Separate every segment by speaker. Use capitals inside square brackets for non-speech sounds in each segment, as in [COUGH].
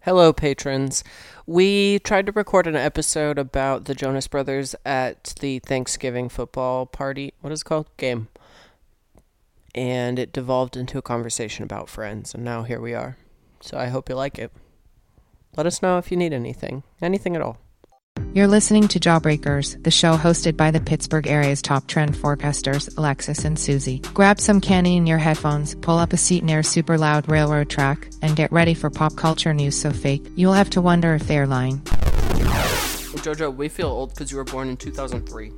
Speaker 1: Hello, patrons. We tried to record an episode about the Jonas Brothers at the Thanksgiving football party. What is it called? Game. And it devolved into a conversation about friends, and now here we are. So I hope you like it. Let us know if you need anything, anything at all.
Speaker 2: You're listening to Jawbreakers, the show hosted by the Pittsburgh area's top trend forecasters, Alexis and Susie. Grab some candy in your headphones, pull up a seat near a super loud railroad track, and get ready for pop culture news so fake you'll have to wonder if they're lying.
Speaker 1: Jojo, we feel old because you were born in 2003.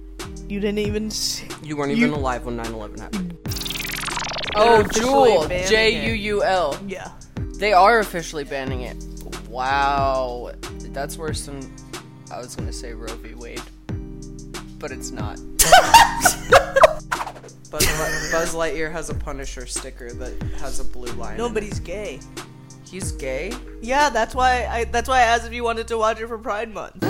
Speaker 3: You didn't even see.
Speaker 1: You weren't
Speaker 3: You-
Speaker 1: even alive when 9 11 happened. Oh, Jewel!
Speaker 3: banning it.
Speaker 1: J U U L.
Speaker 3: Yeah.
Speaker 1: They are officially banning it. Wow. That's worse than I was gonna say Roe v. Wade. But it's not. Buzz, Li- Buzz Lightyear has a Punisher sticker that has a blue line. in it.
Speaker 3: Nobody's gay.
Speaker 1: He's gay?
Speaker 3: Yeah, that's why I that's why I asked if you wanted to watch it for Pride Month.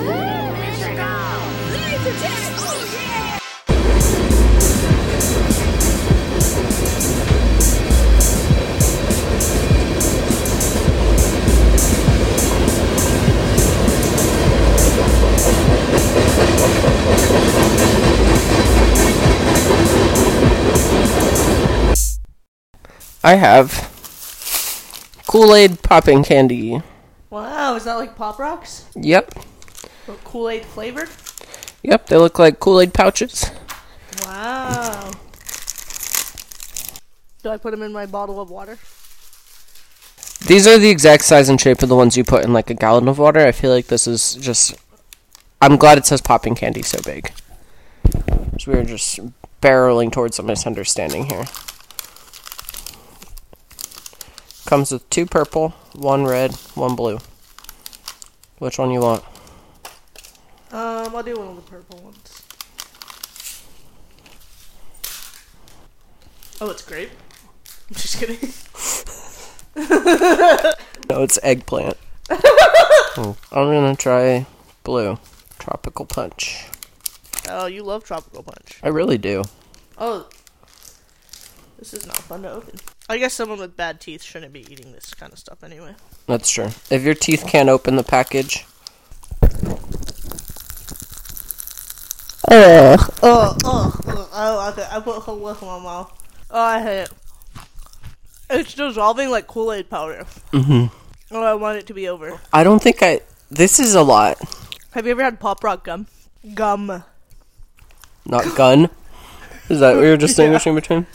Speaker 1: I have Kool Aid popping candy.
Speaker 3: Wow, is that like Pop Rocks?
Speaker 1: Yep.
Speaker 3: Or Kool Aid flavored?
Speaker 1: Yep, they look like Kool Aid pouches.
Speaker 3: Wow. Do I put them in my bottle of water?
Speaker 1: These are the exact size and shape of the ones you put in like a gallon of water. I feel like this is just. I'm glad it says popping candy so big. So we are just barreling towards a misunderstanding here. Comes with two purple, one red, one blue. Which one you want?
Speaker 3: Um, I'll do one of the purple ones. Oh, it's grape. [LAUGHS] I'm just kidding.
Speaker 1: No, it's eggplant. Oh, I'm gonna try blue. Tropical punch.
Speaker 3: Oh, you love tropical punch.
Speaker 1: I really do.
Speaker 3: Oh, this is not fun to open. I guess someone with bad teeth shouldn't be eating this kind of stuff anyway.
Speaker 1: That's true. If your teeth can't open the package. Ugh.
Speaker 3: Oh, oh, oh, I don't like it. I put whole whiff in my mouth. Oh, I hate it. It's dissolving like Kool Aid powder. Mm-hmm. Oh, I want it to be over.
Speaker 1: I don't think I. This is a lot.
Speaker 3: Have you ever had Pop Rock gum? Gum.
Speaker 1: Not gun. Is that what you're distinguishing between?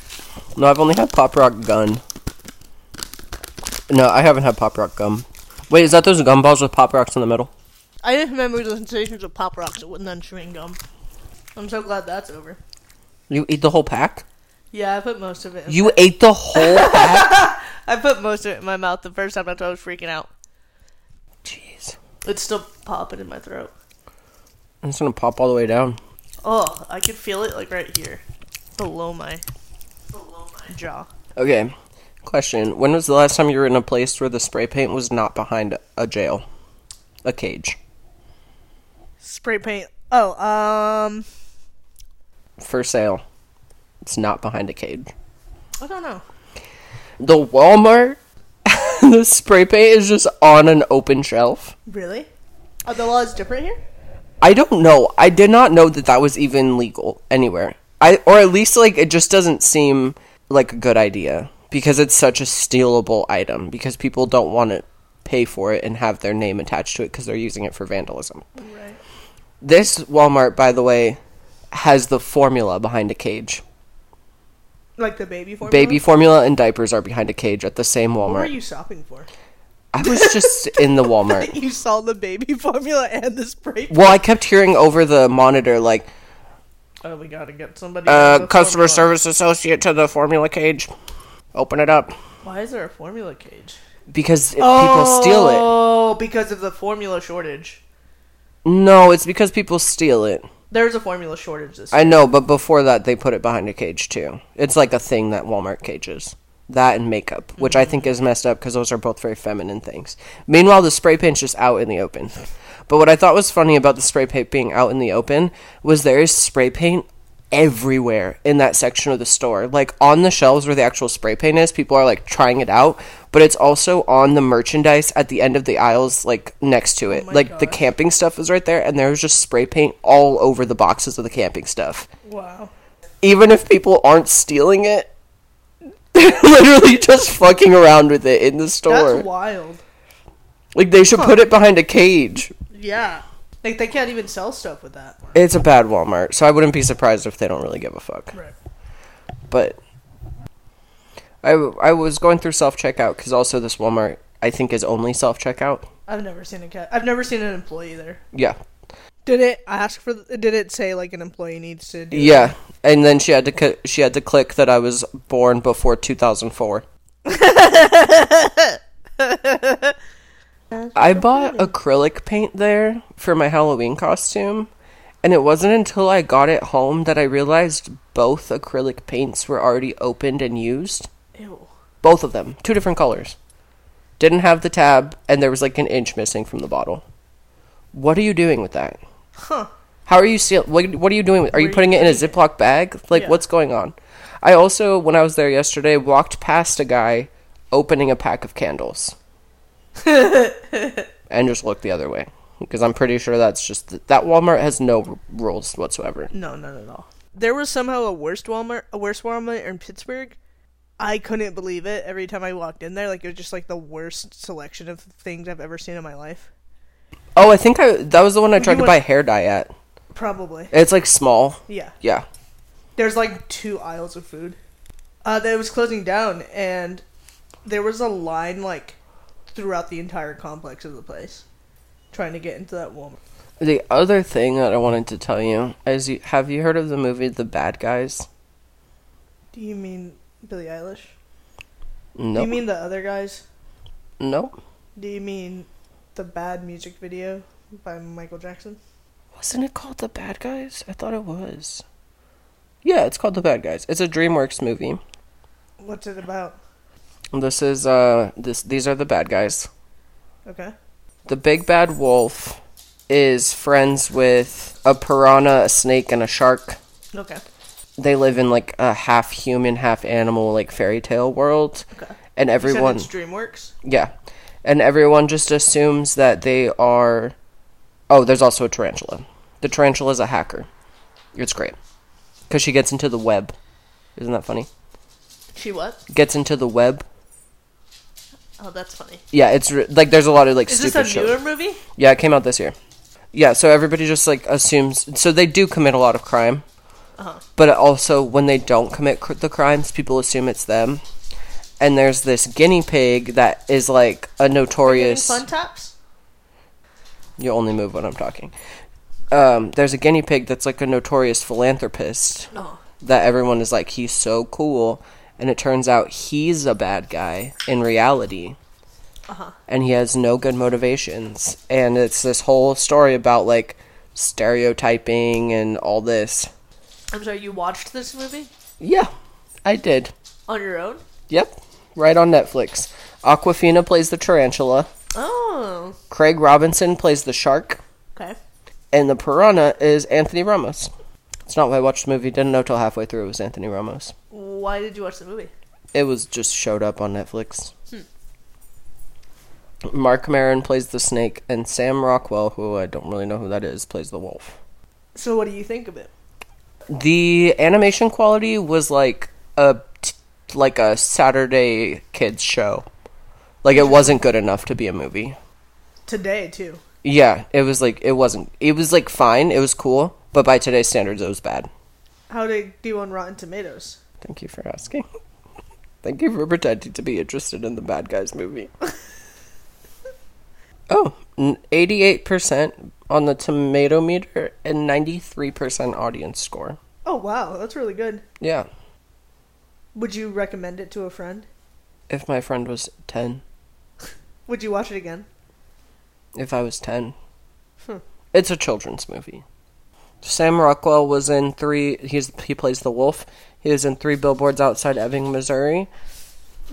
Speaker 1: No, I've only had Pop Rock gun. No, I haven't had Pop Rock gum. Wait, is that those gum balls with Pop Rocks in the middle?
Speaker 3: I just remember the sensations of Pop Rocks with none chewing gum. I'm so glad that's over.
Speaker 1: You eat the whole pack?
Speaker 3: Yeah, I put most of it. In.
Speaker 1: You ate the whole pack?
Speaker 3: I put most of it in my mouth the first time. That's why I was freaking out.
Speaker 1: Jeez.
Speaker 3: It's still popping in my throat.
Speaker 1: I'm just gonna pop all the way down.
Speaker 3: Oh, I could feel it like right here, below my, below my jaw.
Speaker 1: Okay. Question. When was the last time you were in a place where the spray paint was not behind a jail? A cage.
Speaker 3: Spray paint. Oh, um,
Speaker 1: For sale. It's not behind a cage.
Speaker 3: I don't know.
Speaker 1: The Walmart [LAUGHS] the spray paint is just on an open shelf.
Speaker 3: Really? Are the laws different here?
Speaker 1: I don't know. I did not know that that was even legal anywhere. I or at least like it just doesn't seem like a good idea because it's such a stealable item because people don't want to pay for it and have their name attached to it because they're using it for vandalism.
Speaker 3: Right.
Speaker 1: This Walmart, by the way, has the formula behind a cage.
Speaker 3: Like the baby formula.
Speaker 1: Baby formula and diapers are behind a cage at the same
Speaker 3: What were
Speaker 1: Walmart.
Speaker 3: you shopping for?
Speaker 1: I
Speaker 3: [LAUGHS]
Speaker 1: was just in the Walmart.
Speaker 3: You saw the baby formula and the spray.
Speaker 1: Well, I kept hearing over the monitor like
Speaker 3: Oh, we gotta get somebody.
Speaker 1: uh,
Speaker 3: with a
Speaker 1: customer
Speaker 3: formula.
Speaker 1: service associate to the formula cage. Open it up
Speaker 3: Why is there a formula cage?
Speaker 1: because it, people steal it.
Speaker 3: Oh, because of the formula shortage.
Speaker 1: No, it's because people steal it.
Speaker 3: There's a formula shortage this year.
Speaker 1: I know, but before that they put it behind a cage too. It's like a thing that Walmart cages. That and makeup, which I think is messed up because those are both very feminine things. Meanwhile, the spray paint's just out in the open. But what I thought was funny about the spray paint being out in the open was there is spray paint everywhere in that section of the store. Like on the shelves where the actual spray paint is, people are like trying it out, but it's also on the merchandise at the end of the aisles, like next to it.
Speaker 3: Oh my
Speaker 1: like the
Speaker 3: gosh.
Speaker 1: camping stuff is right there, and there was just spray paint all over the boxes of the camping stuff.
Speaker 3: Wow.
Speaker 1: Even if people aren't stealing it, [LAUGHS] they're literally just fucking around with it in the store.
Speaker 3: That's wild.
Speaker 1: like they should put it behind a cage.
Speaker 3: Yeah. Like they can't even sell stuff with that.
Speaker 1: It's a bad Walmart, so I wouldn't be surprised if they don't really give a fuck.
Speaker 3: Right.
Speaker 1: but I, I was going through self checkout because also this Walmart I think is only self checkout.
Speaker 3: I've never seen a cat. I've never seen an employee there.
Speaker 1: Yeah,
Speaker 3: Did it ask for? Did it say like an employee needs to do?
Speaker 1: yeah. And then she had to cl- she had to click that I was born before 2004. I bought acrylic paint there for my Halloween costume, and it wasn't until I got it home that I realized both acrylic paints were already opened and used.
Speaker 3: Ew.
Speaker 1: Both of them, two different colors. Didn't have the tab, and there was like an inch missing from the bottle. What are you doing with that?
Speaker 3: Huh.
Speaker 1: How are you seal? What, what are you doing with? Are you
Speaker 3: Where are
Speaker 1: putting
Speaker 3: you
Speaker 1: it in a Ziploc bag? Like,
Speaker 3: Yeah.
Speaker 1: what's going on? I also, when I was there yesterday, walked past a guy opening a pack of candles, and just looked the other way because I'm pretty sure that's just that Walmart has no r- rules whatsoever.
Speaker 3: No, none at all. There was somehow a worst Walmart, a worst Walmart in Pittsburgh. I couldn't believe it every time I walked in there. Like it was just like the worst selection of things I've ever seen in my life.
Speaker 1: Oh, I think I that was the one I tried to
Speaker 3: went-
Speaker 1: buy hair dye at.
Speaker 3: Probably.
Speaker 1: It's like small.
Speaker 3: Yeah.
Speaker 1: Yeah.
Speaker 3: There's like two aisles of food. Uh, that was closing down, and there was a line like throughout the entire complex of the place, trying to get into that Walmart.
Speaker 1: The other thing that I wanted to tell you is you, have you heard of the movie The Bad Guys?
Speaker 3: Do you mean Billie Eilish?
Speaker 1: No.
Speaker 3: Do you mean the other guys?
Speaker 1: no.
Speaker 3: Do you mean the bad music video by Michael Jackson?
Speaker 1: Wasn't it called The Bad Guys? I thought it was. Yeah, it's called The Bad Guys. It's a DreamWorks movie.
Speaker 3: What's it about?
Speaker 1: This is uh this these are the bad guys.
Speaker 3: Okay.
Speaker 1: The big bad wolf is friends with a piranha, a snake and a shark.
Speaker 3: Okay.
Speaker 1: They live in like a half human, half animal like fairy tale world.
Speaker 3: Okay.
Speaker 1: And everyone
Speaker 3: You said it's DreamWorks.
Speaker 1: Yeah. And everyone just assumes that they are. Oh, there's also a tarantula. The tarantula is a hacker. It's great. Because she gets into the web. Isn't that funny?
Speaker 3: She what?
Speaker 1: Gets into the web.
Speaker 3: Oh, that's funny.
Speaker 1: Yeah, it's re- like there's a lot of like
Speaker 3: Is
Speaker 1: stupid
Speaker 3: this a
Speaker 1: shit.
Speaker 3: newer movie?
Speaker 1: Yeah, it came out this year. Yeah, so everybody just like assumes. So they do commit a lot of crime.
Speaker 3: Uh-huh.
Speaker 1: But also, when they don't commit cr- the crimes, people assume it's them. And there's this guinea pig that is like a notorious.
Speaker 3: Fun Tops?
Speaker 1: You only move when I'm talking. Um, there's a guinea pig that's like a notorious philanthropist
Speaker 3: No.
Speaker 1: that everyone is like, he's so cool. And it turns out he's a bad guy in reality. And he has no good motivations. And it's this whole story about like stereotyping and all this.
Speaker 3: I'm sorry, you watched this movie
Speaker 1: Yeah, I did.
Speaker 3: on your own?
Speaker 1: Yep, right on Netflix. Aquafina plays the tarantula,
Speaker 3: Oh.
Speaker 1: Craig Robinson plays the shark.
Speaker 3: Okay.
Speaker 1: and the piranha is Anthony Ramos. It's not why I watched the movie. Didn't know till halfway through it was Anthony Ramos.
Speaker 3: Why did you watch the movie?
Speaker 1: It was just showed up on Netflix.
Speaker 3: Hmm.
Speaker 1: Mark Maron plays the snake, and Sam Rockwell, who I don't really know who that is, plays the wolf.
Speaker 3: So what do you think of it?
Speaker 1: The animation quality was like a t- like a Saturday kids show. Like it wasn't good enough to be a movie.
Speaker 3: Today too.
Speaker 1: Yeah, it was like it wasn't. It was like fine. It was cool, but by today's standards, it was bad.
Speaker 3: How did it do on Rotten Tomatoes?
Speaker 1: Thank you for asking. [LAUGHS] Thank you for pretending to be interested in the Bad Guys movie. [LAUGHS] oh, n- 88% on the tomato meter and 93% audience score.
Speaker 3: Oh wow, that's really good.
Speaker 1: Yeah,
Speaker 3: Would you recommend it to a friend?
Speaker 1: if my friend was 10,
Speaker 3: Would you watch it again?
Speaker 1: if I was 10.
Speaker 3: Hmm.
Speaker 1: It's a children's movie. Sam Rockwell was in three, he's, he plays the wolf. He was in three billboards outside Ebbing, Missouri.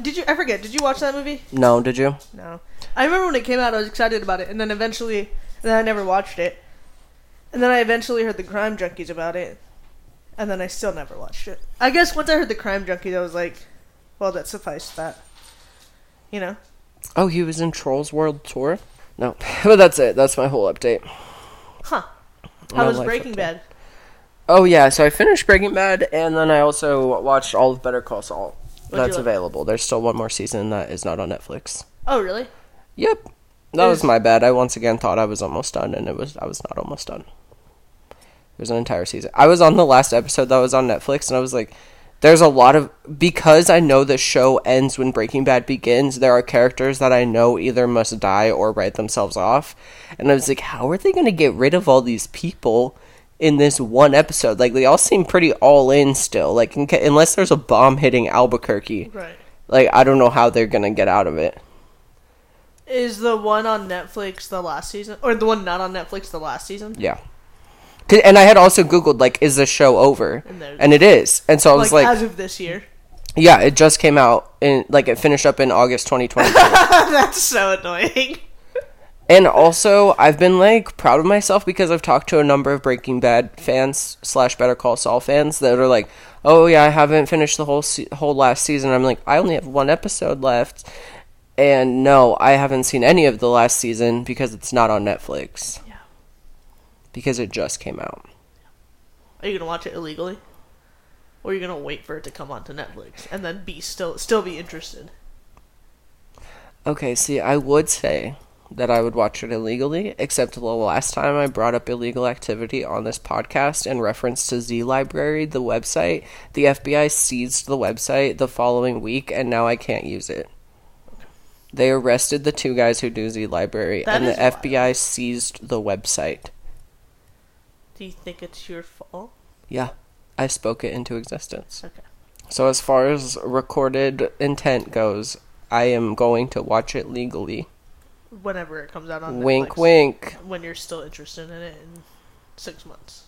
Speaker 3: Did you I forget, did you watch that movie?
Speaker 1: No, did you?
Speaker 3: No. I remember when it came out I was excited about it and then eventually and then I never watched it. And then I eventually heard the crime junkies about it. and then I still never watched it. I guess once I heard the Crime Junkie, I was like, well, that sufficed that. You know?
Speaker 1: Oh, he was in Trolls World Tour? No. [LAUGHS] but that's it. That's my whole update.
Speaker 3: Huh.
Speaker 1: My
Speaker 3: How was
Speaker 1: life
Speaker 3: Breaking
Speaker 1: update.
Speaker 3: Bad?
Speaker 1: Oh, yeah. So I finished Breaking Bad, and then I also watched all of Better Call Saul.
Speaker 3: What'd you
Speaker 1: that's
Speaker 3: like?
Speaker 1: available. There's still one more season that is not on Netflix.
Speaker 3: Oh, really?
Speaker 1: Yep. That was
Speaker 3: Is-
Speaker 1: my bad. I once again thought I was almost done, and it was I was not almost done. There's an entire season. I was on the last episode that was on Netflix, and I was like, "There's a lot of because I know the show ends when Breaking Bad begins. There are characters that I know either must die or write themselves off, and I was like, "How are they going to get rid of all these people?" In this one episode, like they all seem pretty all in still. Like in ca- unless there's a bomb hitting Albuquerque,
Speaker 3: Right.
Speaker 1: like I don't know how they're gonna get out of it.
Speaker 3: Is the one on Netflix the last season? Or the one not on Netflix the last season?
Speaker 1: Yeah. 'Cause- And I had also Googled, like, is the show over?
Speaker 3: And
Speaker 1: And,
Speaker 3: there's-
Speaker 1: it is. And so I was like,
Speaker 3: as of this year. [LAUGHS]
Speaker 1: yeah, it just came out. in like, it finished up in August
Speaker 3: [LAUGHS]
Speaker 1: 2020.
Speaker 3: That's so annoying.
Speaker 1: and also, I've been, like, proud of myself because I've talked to a number of Breaking Bad fans slash Better Call Saul fans that are like, oh, yeah, I haven't finished the whole, se- whole last season. I'm like, I only have one episode left. And no, I haven't seen any of the last season because it's not on Netflix.
Speaker 3: Yeah.
Speaker 1: Because it just came out.
Speaker 3: Are you gonna watch it illegally? Or are you gonna wait for it to come onto Netflix and then be still still be interested?
Speaker 1: Okay, see, I would say that I would watch it illegally, except the last time I brought up illegal activity on this podcast in reference to Z Library, the website, the FBI seized the website the following week, and now I can't use it. They arrested the two guys who do Z Library,
Speaker 3: That
Speaker 1: and the
Speaker 3: is wild.
Speaker 1: FBI seized the website.
Speaker 3: Do you think it's your fault?
Speaker 1: Yeah, I spoke it into existence.
Speaker 3: Okay.
Speaker 1: So, as far as recorded intent goes, I am going to watch it legally.
Speaker 3: Whenever it comes out on
Speaker 1: Wink,
Speaker 3: Netflix.
Speaker 1: wink.
Speaker 3: When you're still interested in it in six months.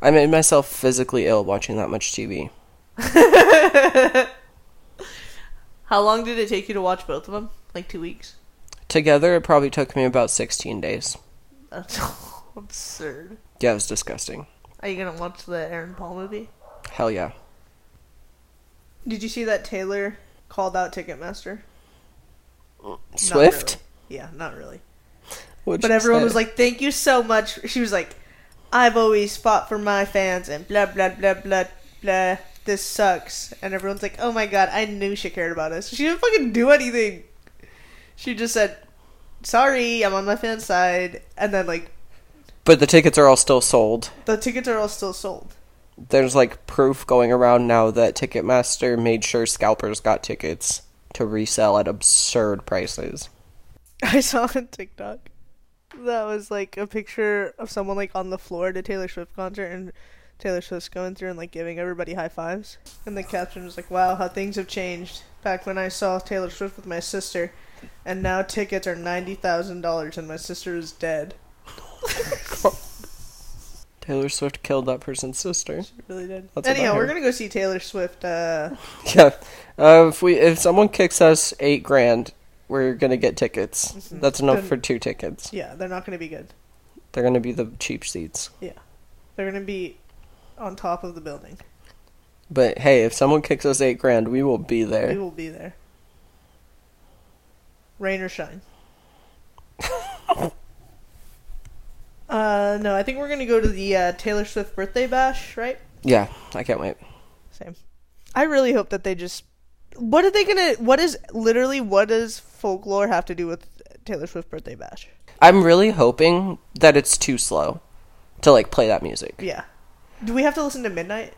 Speaker 1: I made myself physically ill watching that much TV.
Speaker 3: How long did it take you to watch both of them? Like two weeks?
Speaker 1: Together, it probably took me about 16 days.
Speaker 3: That's [LAUGHS] absurd.
Speaker 1: Yeah, it was disgusting.
Speaker 3: Are you gonna watch the Aaron Paul movie?
Speaker 1: Hell yeah.
Speaker 3: Did you see that Taylor called out Ticketmaster? Not
Speaker 1: Swift?
Speaker 3: really. Yeah, not really.
Speaker 1: What'd
Speaker 3: But
Speaker 1: you
Speaker 3: everyone
Speaker 1: say?
Speaker 3: was like, "Thank you so much." She was like, "I've always fought for my fans," and blah blah blah blah blah. This sucks. And everyone's like, "Oh my god, I knew she cared about us." She didn't fucking do anything. She just said, "Sorry, I'm on my fan side," and then like
Speaker 1: But the tickets are all still sold.
Speaker 3: the tickets are all still sold.
Speaker 1: There's like proof going around now that Ticketmaster made sure scalpers got tickets to resell at absurd prices.
Speaker 3: [LAUGHS] I saw on TikTok that was like a picture of someone like on the floor at a Taylor Swift concert and Taylor Swift's going through and like giving everybody high fives. And the caption was like, Wow, how things have changed. Back when I saw Taylor Swift with my sister and now tickets are ninety thousand dollars and my sister is dead.
Speaker 1: Taylor Swift killed that person's
Speaker 3: [LAUGHS]
Speaker 1: sister.
Speaker 3: Really dead.
Speaker 1: That's about
Speaker 3: Anyhow, we're
Speaker 1: her.
Speaker 3: gonna go see Taylor Swift, uh
Speaker 1: Yeah. Uh, if we if someone kicks us eight grand, we're gonna get tickets.
Speaker 3: Mm-hmm.
Speaker 1: That's enough
Speaker 3: Then-
Speaker 1: for two tickets.
Speaker 3: yeah, they're not gonna be good.
Speaker 1: They're gonna be the cheap seats.
Speaker 3: They're gonna be on top of the building.
Speaker 1: But hey, if someone kicks us eight grand, we will be
Speaker 3: We
Speaker 1: there.
Speaker 3: will be there. Rain or [LAUGHS] shine. uh, no, I think we're gonna go to the uh, Taylor Swift birthday bash, right?
Speaker 1: Yeah, I can't wait.
Speaker 3: Same. I really hope that they just. What are they gonna? What is literally? What does folklore have to do with Taylor Swift birthday bash?
Speaker 1: I'm really hoping that it's too slow to like play that music.
Speaker 3: Yeah. Do we have to listen to Midnight?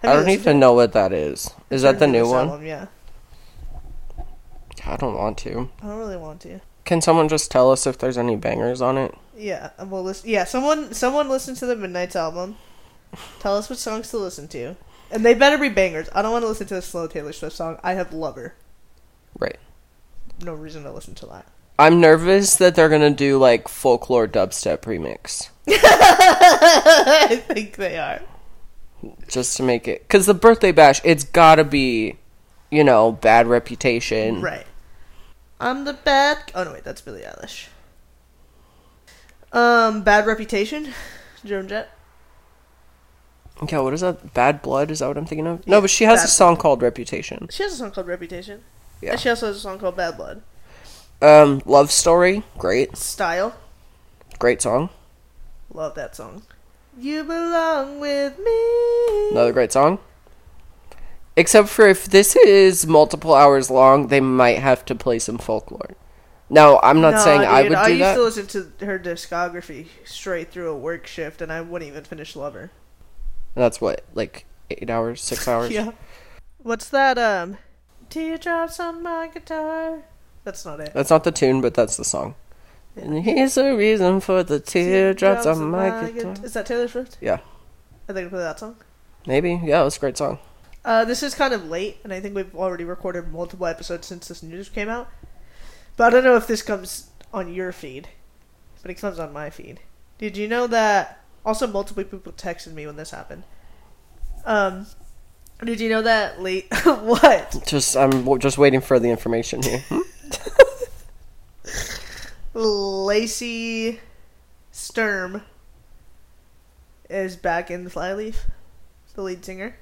Speaker 3: Have
Speaker 1: I
Speaker 3: you
Speaker 1: don't
Speaker 3: listened to
Speaker 1: even know what that is.
Speaker 3: it?
Speaker 1: Is that the
Speaker 3: Turn to
Speaker 1: new
Speaker 3: this
Speaker 1: one?
Speaker 3: album, Yeah.
Speaker 1: I don't want to.
Speaker 3: I don't really want to.
Speaker 1: Can someone just tell us if there's any bangers on it?
Speaker 3: Yeah, and we'll listen. Yeah, someone someone listen to the Midnight's album. Tell us what songs to listen to, and they better be bangers. I don't want to listen to a slow Taylor Swift song. I have Lover.
Speaker 1: Right.
Speaker 3: No reason to listen to that. [LAUGHS]
Speaker 1: I'm nervous that they're gonna do like folklore dubstep remix
Speaker 3: I think they are.
Speaker 1: just to make it because the birthday bash it's gotta be, you know, bad reputation.
Speaker 3: Right. I'm the bad. Oh no, wait, that's Billie Eilish. Um, bad reputation, Joan Jett.
Speaker 1: Okay, what is that? Bad Blood? Is that what I'm thinking of? No, but she has a
Speaker 3: Bad
Speaker 1: song called Reputation.
Speaker 3: She has a song called Reputation.
Speaker 1: Yeah.
Speaker 3: And she also has a song called Bad Blood.
Speaker 1: Um, Love Story, great,
Speaker 3: Style.
Speaker 1: great song.
Speaker 3: Love that song. You belong with me.
Speaker 1: Another great song. Except for if this is multiple hours long, they might have to play some folklore. No, I'm not
Speaker 3: Nah,
Speaker 1: saying I
Speaker 3: dude,
Speaker 1: would do
Speaker 3: I used
Speaker 1: that.
Speaker 3: to listen to her discography straight through a work shift, and I wouldn't even finish Lover.
Speaker 1: That's what, like eight hours, six hours.
Speaker 3: [LAUGHS] Yeah. What's that? Um, teardrops on my guitar. That's not it.
Speaker 1: That's not the tune, but that's the song. And here's a reason for the teardrops on my guitar.
Speaker 3: guit- Is that Taylor Swift?
Speaker 1: Yeah,
Speaker 3: Are they gonna play that song?
Speaker 1: maybe. Yeah, that's a great song.
Speaker 3: Uh, this is kind of late, and I think we've already recorded multiple episodes since this news came out. But I don't know if this comes on your feed, but it comes on my feed. Did you know that? Also, multiple people texted me when this happened. Um, did you know that late? [LAUGHS] what?
Speaker 1: Just I'm w- just waiting for the information here. [LAUGHS] Hmm?
Speaker 3: Lacey Sturm is back in Flyleaf, the lead singer.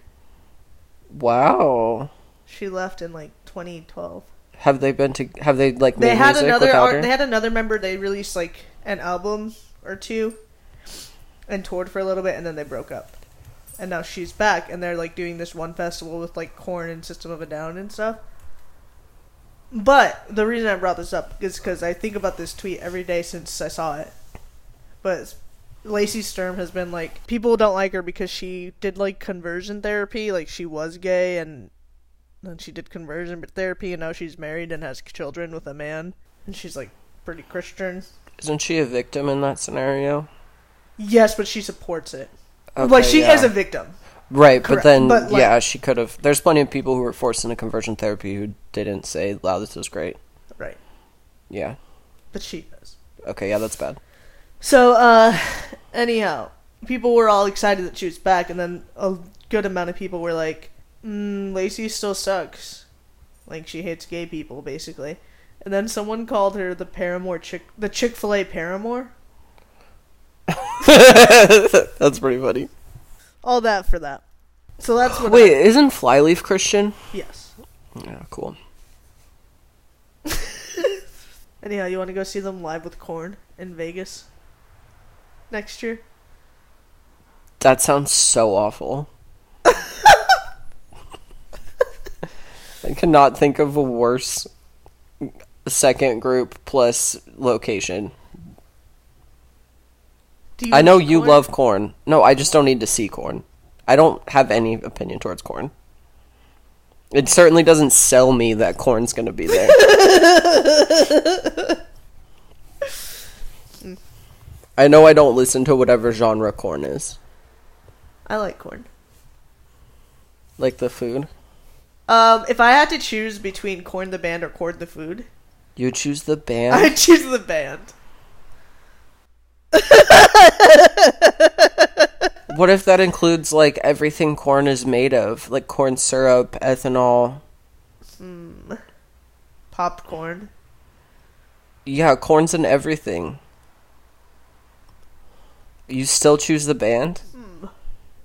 Speaker 1: wow.
Speaker 3: She left in like 2012.
Speaker 1: Have they been to? Have they like made
Speaker 3: they had
Speaker 1: music
Speaker 3: another
Speaker 1: without
Speaker 3: ar-
Speaker 1: her?
Speaker 3: they had another member they released like an album or two and toured for a little bit and then they broke up and now she's back and they're like doing this one festival with like corn and system of a down and stuff but the reason i brought this up is because i think about this tweet every day since i saw it but lacey sturm has been like people don't like her because she did like conversion therapy like she was gay and and she did conversion therapy and now she's married and has children with a man and she's like pretty christian
Speaker 1: Isn't she a victim in that scenario?
Speaker 3: yes but she supports it like
Speaker 1: Okay,
Speaker 3: she
Speaker 1: yeah.
Speaker 3: is a victim
Speaker 1: right,
Speaker 3: correct,
Speaker 1: but then
Speaker 3: but, like-
Speaker 1: yeah, she could have. There's plenty of people who were forced into conversion therapy who didn't say, "Wow, this is great."
Speaker 3: right
Speaker 1: Yeah.
Speaker 3: but she does
Speaker 1: Okay. Yeah, that's bad.
Speaker 3: so uh anyhow people were all excited that she was back and then a good amount of people were like mm, lacey still sucks like she hates gay people basically and then someone called her the paramour chick the chick-fil-a paramour
Speaker 1: [LAUGHS] that's pretty funny.
Speaker 3: all that for that so that's what
Speaker 1: Wait, isn't Flyleaf Christian?
Speaker 3: yes
Speaker 1: Yeah, cool.
Speaker 3: Anyhow, you want to go see them live with Corn in Vegas next year?
Speaker 1: That sounds so awful. [LAUGHS] I cannot think of a worse second group plus location.
Speaker 3: Do
Speaker 1: I know you
Speaker 3: Korn?
Speaker 1: love corn. No, I just don't need to see corn. I don't have any opinion towards corn. It certainly doesn't sell me that corn's going to be [LAUGHS] there. I know I don't listen to whatever genre corn is,
Speaker 3: I like Corn.
Speaker 1: like the food.
Speaker 3: Um, if I had to choose between Corn the band or Corn the food,
Speaker 1: You choose the band.
Speaker 3: [LAUGHS] I'd choose the band.
Speaker 1: What if that includes like everything corn is made of, like corn syrup, ethanol?
Speaker 3: Popcorn.
Speaker 1: Yeah, corn's in everything. You still choose the band?
Speaker 3: Hmm.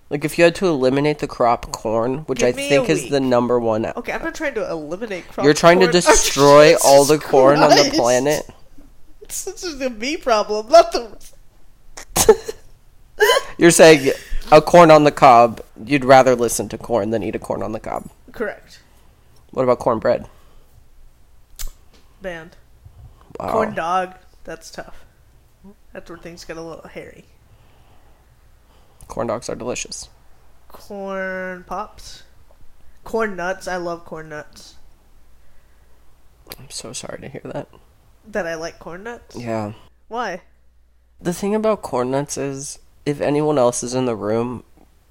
Speaker 1: Like if you had to eliminate the crop corn, which
Speaker 3: Give
Speaker 1: I
Speaker 3: me a
Speaker 1: think is the
Speaker 3: week.
Speaker 1: number one.
Speaker 3: Okay, I'm not trying to eliminate. Crop
Speaker 1: You're trying to
Speaker 3: corn. [LAUGHS]
Speaker 1: destroy all the
Speaker 3: Jesus
Speaker 1: corn on the
Speaker 3: Christ.
Speaker 1: planet. [LAUGHS]
Speaker 3: [LAUGHS] This is a me problem, not the.
Speaker 1: You're saying a corn on the cob, you'd rather listen to corn than eat a corn on the cob.
Speaker 3: Correct.
Speaker 1: What about cornbread?
Speaker 3: Band.
Speaker 1: Wow.
Speaker 3: Corn dog. That's tough. That's where things get a little hairy.
Speaker 1: corn dogs are delicious.
Speaker 3: Corn pops. Corn nuts. I love corn nuts.
Speaker 1: I'm so sorry to hear that.
Speaker 3: That I like corn nuts?
Speaker 1: Yeah.
Speaker 3: Why?
Speaker 1: The thing about corn nuts is if anyone else is in the room,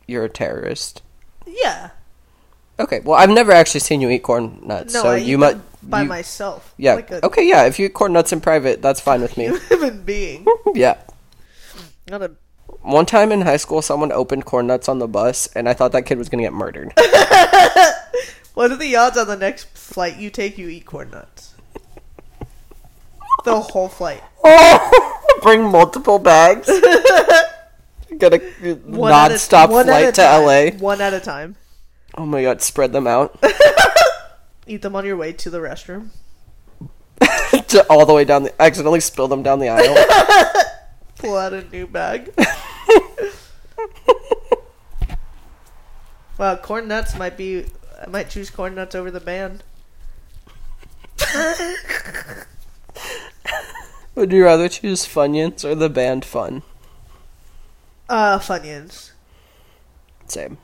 Speaker 1: you're a terrorist.
Speaker 3: Yeah.
Speaker 1: Okay, well, I've never actually seen you eat corn nuts,
Speaker 3: No,
Speaker 1: so
Speaker 3: I eat
Speaker 1: you might
Speaker 3: them by
Speaker 1: you-
Speaker 3: myself.
Speaker 1: Yeah.
Speaker 3: Like a
Speaker 1: okay, yeah. If you eat corn nuts in private, that's fine with me.
Speaker 3: [LAUGHS]
Speaker 1: [LAUGHS]
Speaker 3: human being.
Speaker 1: yeah.
Speaker 3: Not a
Speaker 1: One time in high school, someone opened corn nuts on the bus, and I thought that kid was gonna get
Speaker 3: [LAUGHS]
Speaker 1: murdered.
Speaker 3: What are the odds on the next flight you take you eat corn nuts? the whole flight.
Speaker 1: Oh, [LAUGHS]
Speaker 3: [LAUGHS]
Speaker 1: Bring multiple bags. Got a
Speaker 3: One at a-
Speaker 1: nonstop
Speaker 3: one at a
Speaker 1: flight to
Speaker 3: time.
Speaker 1: LA.
Speaker 3: One at a time.
Speaker 1: Oh my god, spread them out [LAUGHS]
Speaker 3: Eat them on your way to the restroom.
Speaker 1: to all the way down the. Accidentally spill them down the
Speaker 3: [LAUGHS]
Speaker 1: aisle.
Speaker 3: Pull out a
Speaker 1: [LAUGHS]
Speaker 3: new bag. wow, corn nuts might be. I might choose corn nuts over the band.
Speaker 1: Would you rather choose Funyuns or the band Fun?
Speaker 3: Uh, Funyuns.
Speaker 1: Same.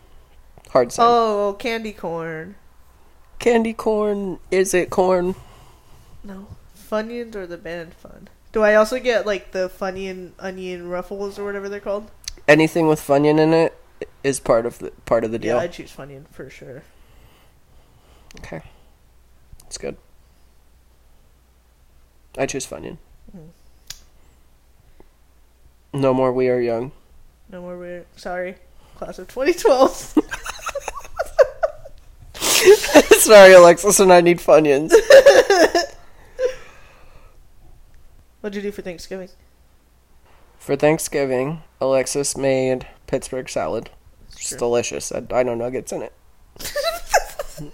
Speaker 1: Hard same.
Speaker 3: Oh, candy corn.
Speaker 1: Candy corn. Is it corn?
Speaker 3: No. Funyuns or the band fun. Do I also get like the Funyun onion ruffles or whatever they're called?
Speaker 1: Anything with Funyun in it is part of the part of the
Speaker 3: Yeah,
Speaker 1: deal.
Speaker 3: i choose Funyun for sure.
Speaker 1: Okay. It's good. I choose Funyun.
Speaker 3: Hmm.
Speaker 1: No more We Are Young. [LAUGHS]
Speaker 3: No more weird. Sorry. Class of 2012.
Speaker 1: Sorry, Alexis, and I need
Speaker 3: [LAUGHS]
Speaker 1: Funyuns.
Speaker 3: [LAUGHS] What'd you do for Thanksgiving?
Speaker 1: For Thanksgiving, Alexis made Pittsburgh salad. It's
Speaker 3: true.
Speaker 1: delicious. Had dino nuggets
Speaker 3: [LAUGHS]
Speaker 1: in it.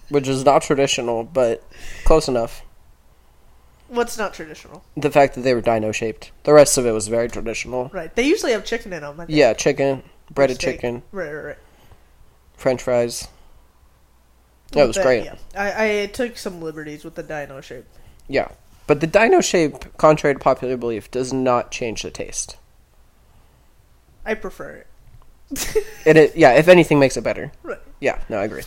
Speaker 1: Which is not traditional, but close enough.
Speaker 3: What's not traditional?
Speaker 1: The fact that they were dino shaped. The rest of it was very traditional.
Speaker 3: Right. They usually have chicken in them. I think.
Speaker 1: Yeah, chicken, breaded
Speaker 3: Steak.
Speaker 1: chicken,
Speaker 3: Right, right, right.
Speaker 1: french fries. That was
Speaker 3: But,
Speaker 1: great.
Speaker 3: Yeah. I, I took some liberties with the dino shape.
Speaker 1: Yeah. But the dino shape, contrary to popular belief, does not change the taste.
Speaker 3: I prefer it. [LAUGHS]
Speaker 1: And it, yeah, if anything, makes it better.
Speaker 3: right.
Speaker 1: Yeah, no, I agree.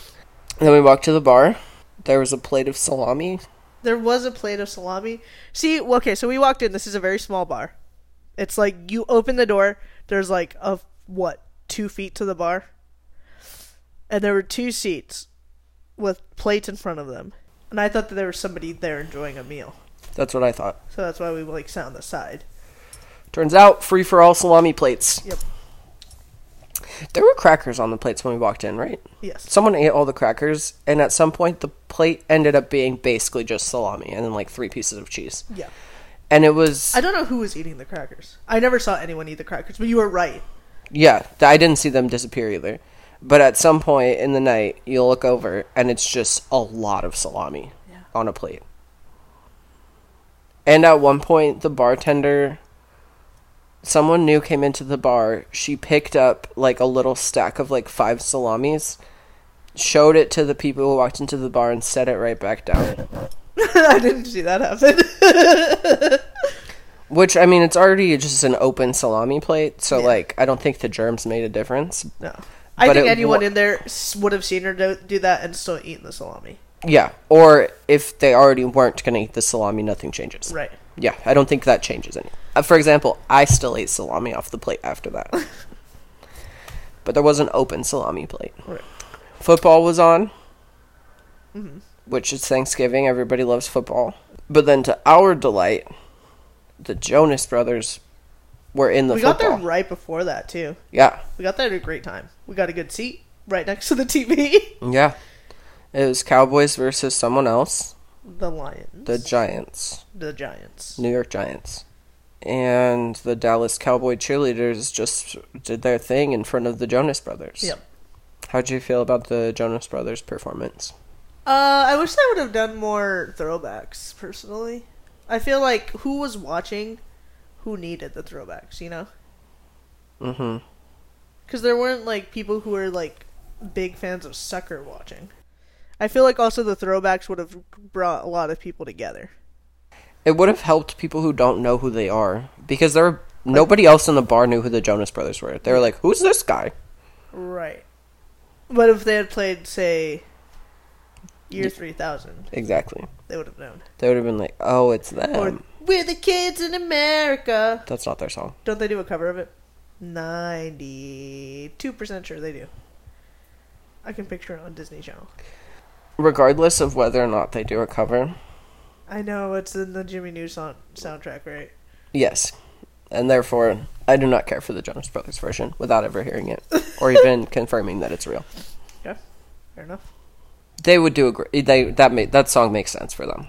Speaker 1: And then we walked to the bar. There was a plate of salami.
Speaker 3: There was a plate of salami. See, okay, so we walked in. This is a very small bar. It's like you open the door. There's like a what two feet to the bar, and there were two seats with plates in front of them. And I thought that there was somebody there enjoying a meal,
Speaker 1: That's what I thought.
Speaker 3: so that's why we like sat on the side.
Speaker 1: Turns out, free for all salami plates.
Speaker 3: Yep.
Speaker 1: There were crackers on the plates when we walked in, right?
Speaker 3: Yes.
Speaker 1: Someone ate all the crackers, and at some point, the plate ended up being basically just salami and then like three pieces of cheese.
Speaker 3: Yeah.
Speaker 1: And it was,
Speaker 3: I don't know who was eating the crackers. I never saw anyone eat the crackers, but you were right. [LAUGHS]
Speaker 1: yeah, th- I didn't see them disappear either. But at some point in the night, you look over, and it's just a lot of salami on a plate. And at one point, the bartender, someone new came into the bar. She picked up like a little stack of like five salamis, showed it to the people who walked into the bar, and set it right back down.
Speaker 3: I didn't see that happen. [LAUGHS]
Speaker 1: Which, I mean, it's already just an open salami plate, so
Speaker 3: Yeah.
Speaker 1: like, I don't think the germs made a difference.
Speaker 3: no. I
Speaker 1: But
Speaker 3: think
Speaker 1: it
Speaker 3: anyone
Speaker 1: wa-
Speaker 3: in there s- would have seen her do, do that and still eaten the salami.
Speaker 1: Yeah, or if they already weren't going to eat the salami, nothing changes.
Speaker 3: Right.
Speaker 1: Yeah, I don't think that changes any. Uh, for example, I still ate salami off the plate after
Speaker 3: [LAUGHS]
Speaker 1: that. but there was an open salami plate.
Speaker 3: Right. Mm-hmm.
Speaker 1: Football was on, which is Thanksgiving. Everybody loves football. But then, to our delight, the Jonas Brothers were in the
Speaker 3: we got
Speaker 1: football.
Speaker 3: there right before that too.
Speaker 1: Yeah,
Speaker 3: We got there at a great time. We got a good seat right next to the TV.
Speaker 1: yeah. It was Cowboys versus someone else,
Speaker 3: [LAUGHS] the Lions,
Speaker 1: the
Speaker 3: the,
Speaker 1: Giants.
Speaker 3: Giants.
Speaker 1: New York Giants. And the Dallas Cowboy cheerleaders just did their thing in front of the Jonas Brothers.
Speaker 3: Yep.
Speaker 1: How'd you feel about the Jonas Brothers performance?
Speaker 3: Uh, I wish they would have done more throwbacks. Personally, I feel like who was watching, who needed the throwbacks. You know,
Speaker 1: hmm
Speaker 3: because there weren't like people who were like big fans of sucker watching. I feel like also the throwbacks would have brought a lot of people together.
Speaker 1: It would have helped people who don't know who they are because there were nobody else in the bar knew who the Jonas Brothers were. They were like, "Who's this guy?"
Speaker 3: Right. But if they had played, say, year three thousand,
Speaker 1: Exactly.
Speaker 3: they would have known.
Speaker 1: They would have been like, "Oh, it's them."
Speaker 3: Or We're the kids in America.
Speaker 1: That's not their song.
Speaker 3: Don't they do a cover of it? Ninety-two percent sure they do. I can picture it on Disney Channel.
Speaker 1: Regardless of whether or not they do a cover,
Speaker 3: I know it's in the Jimmy News sound- soundtrack, right?
Speaker 1: Yes. And therefore, I do not care for the Jonas Brothers version without ever hearing it or even [LAUGHS] confirming that it's real.
Speaker 3: Okay, fair enough.
Speaker 1: They would do a gr- they that made that song makes sense for them.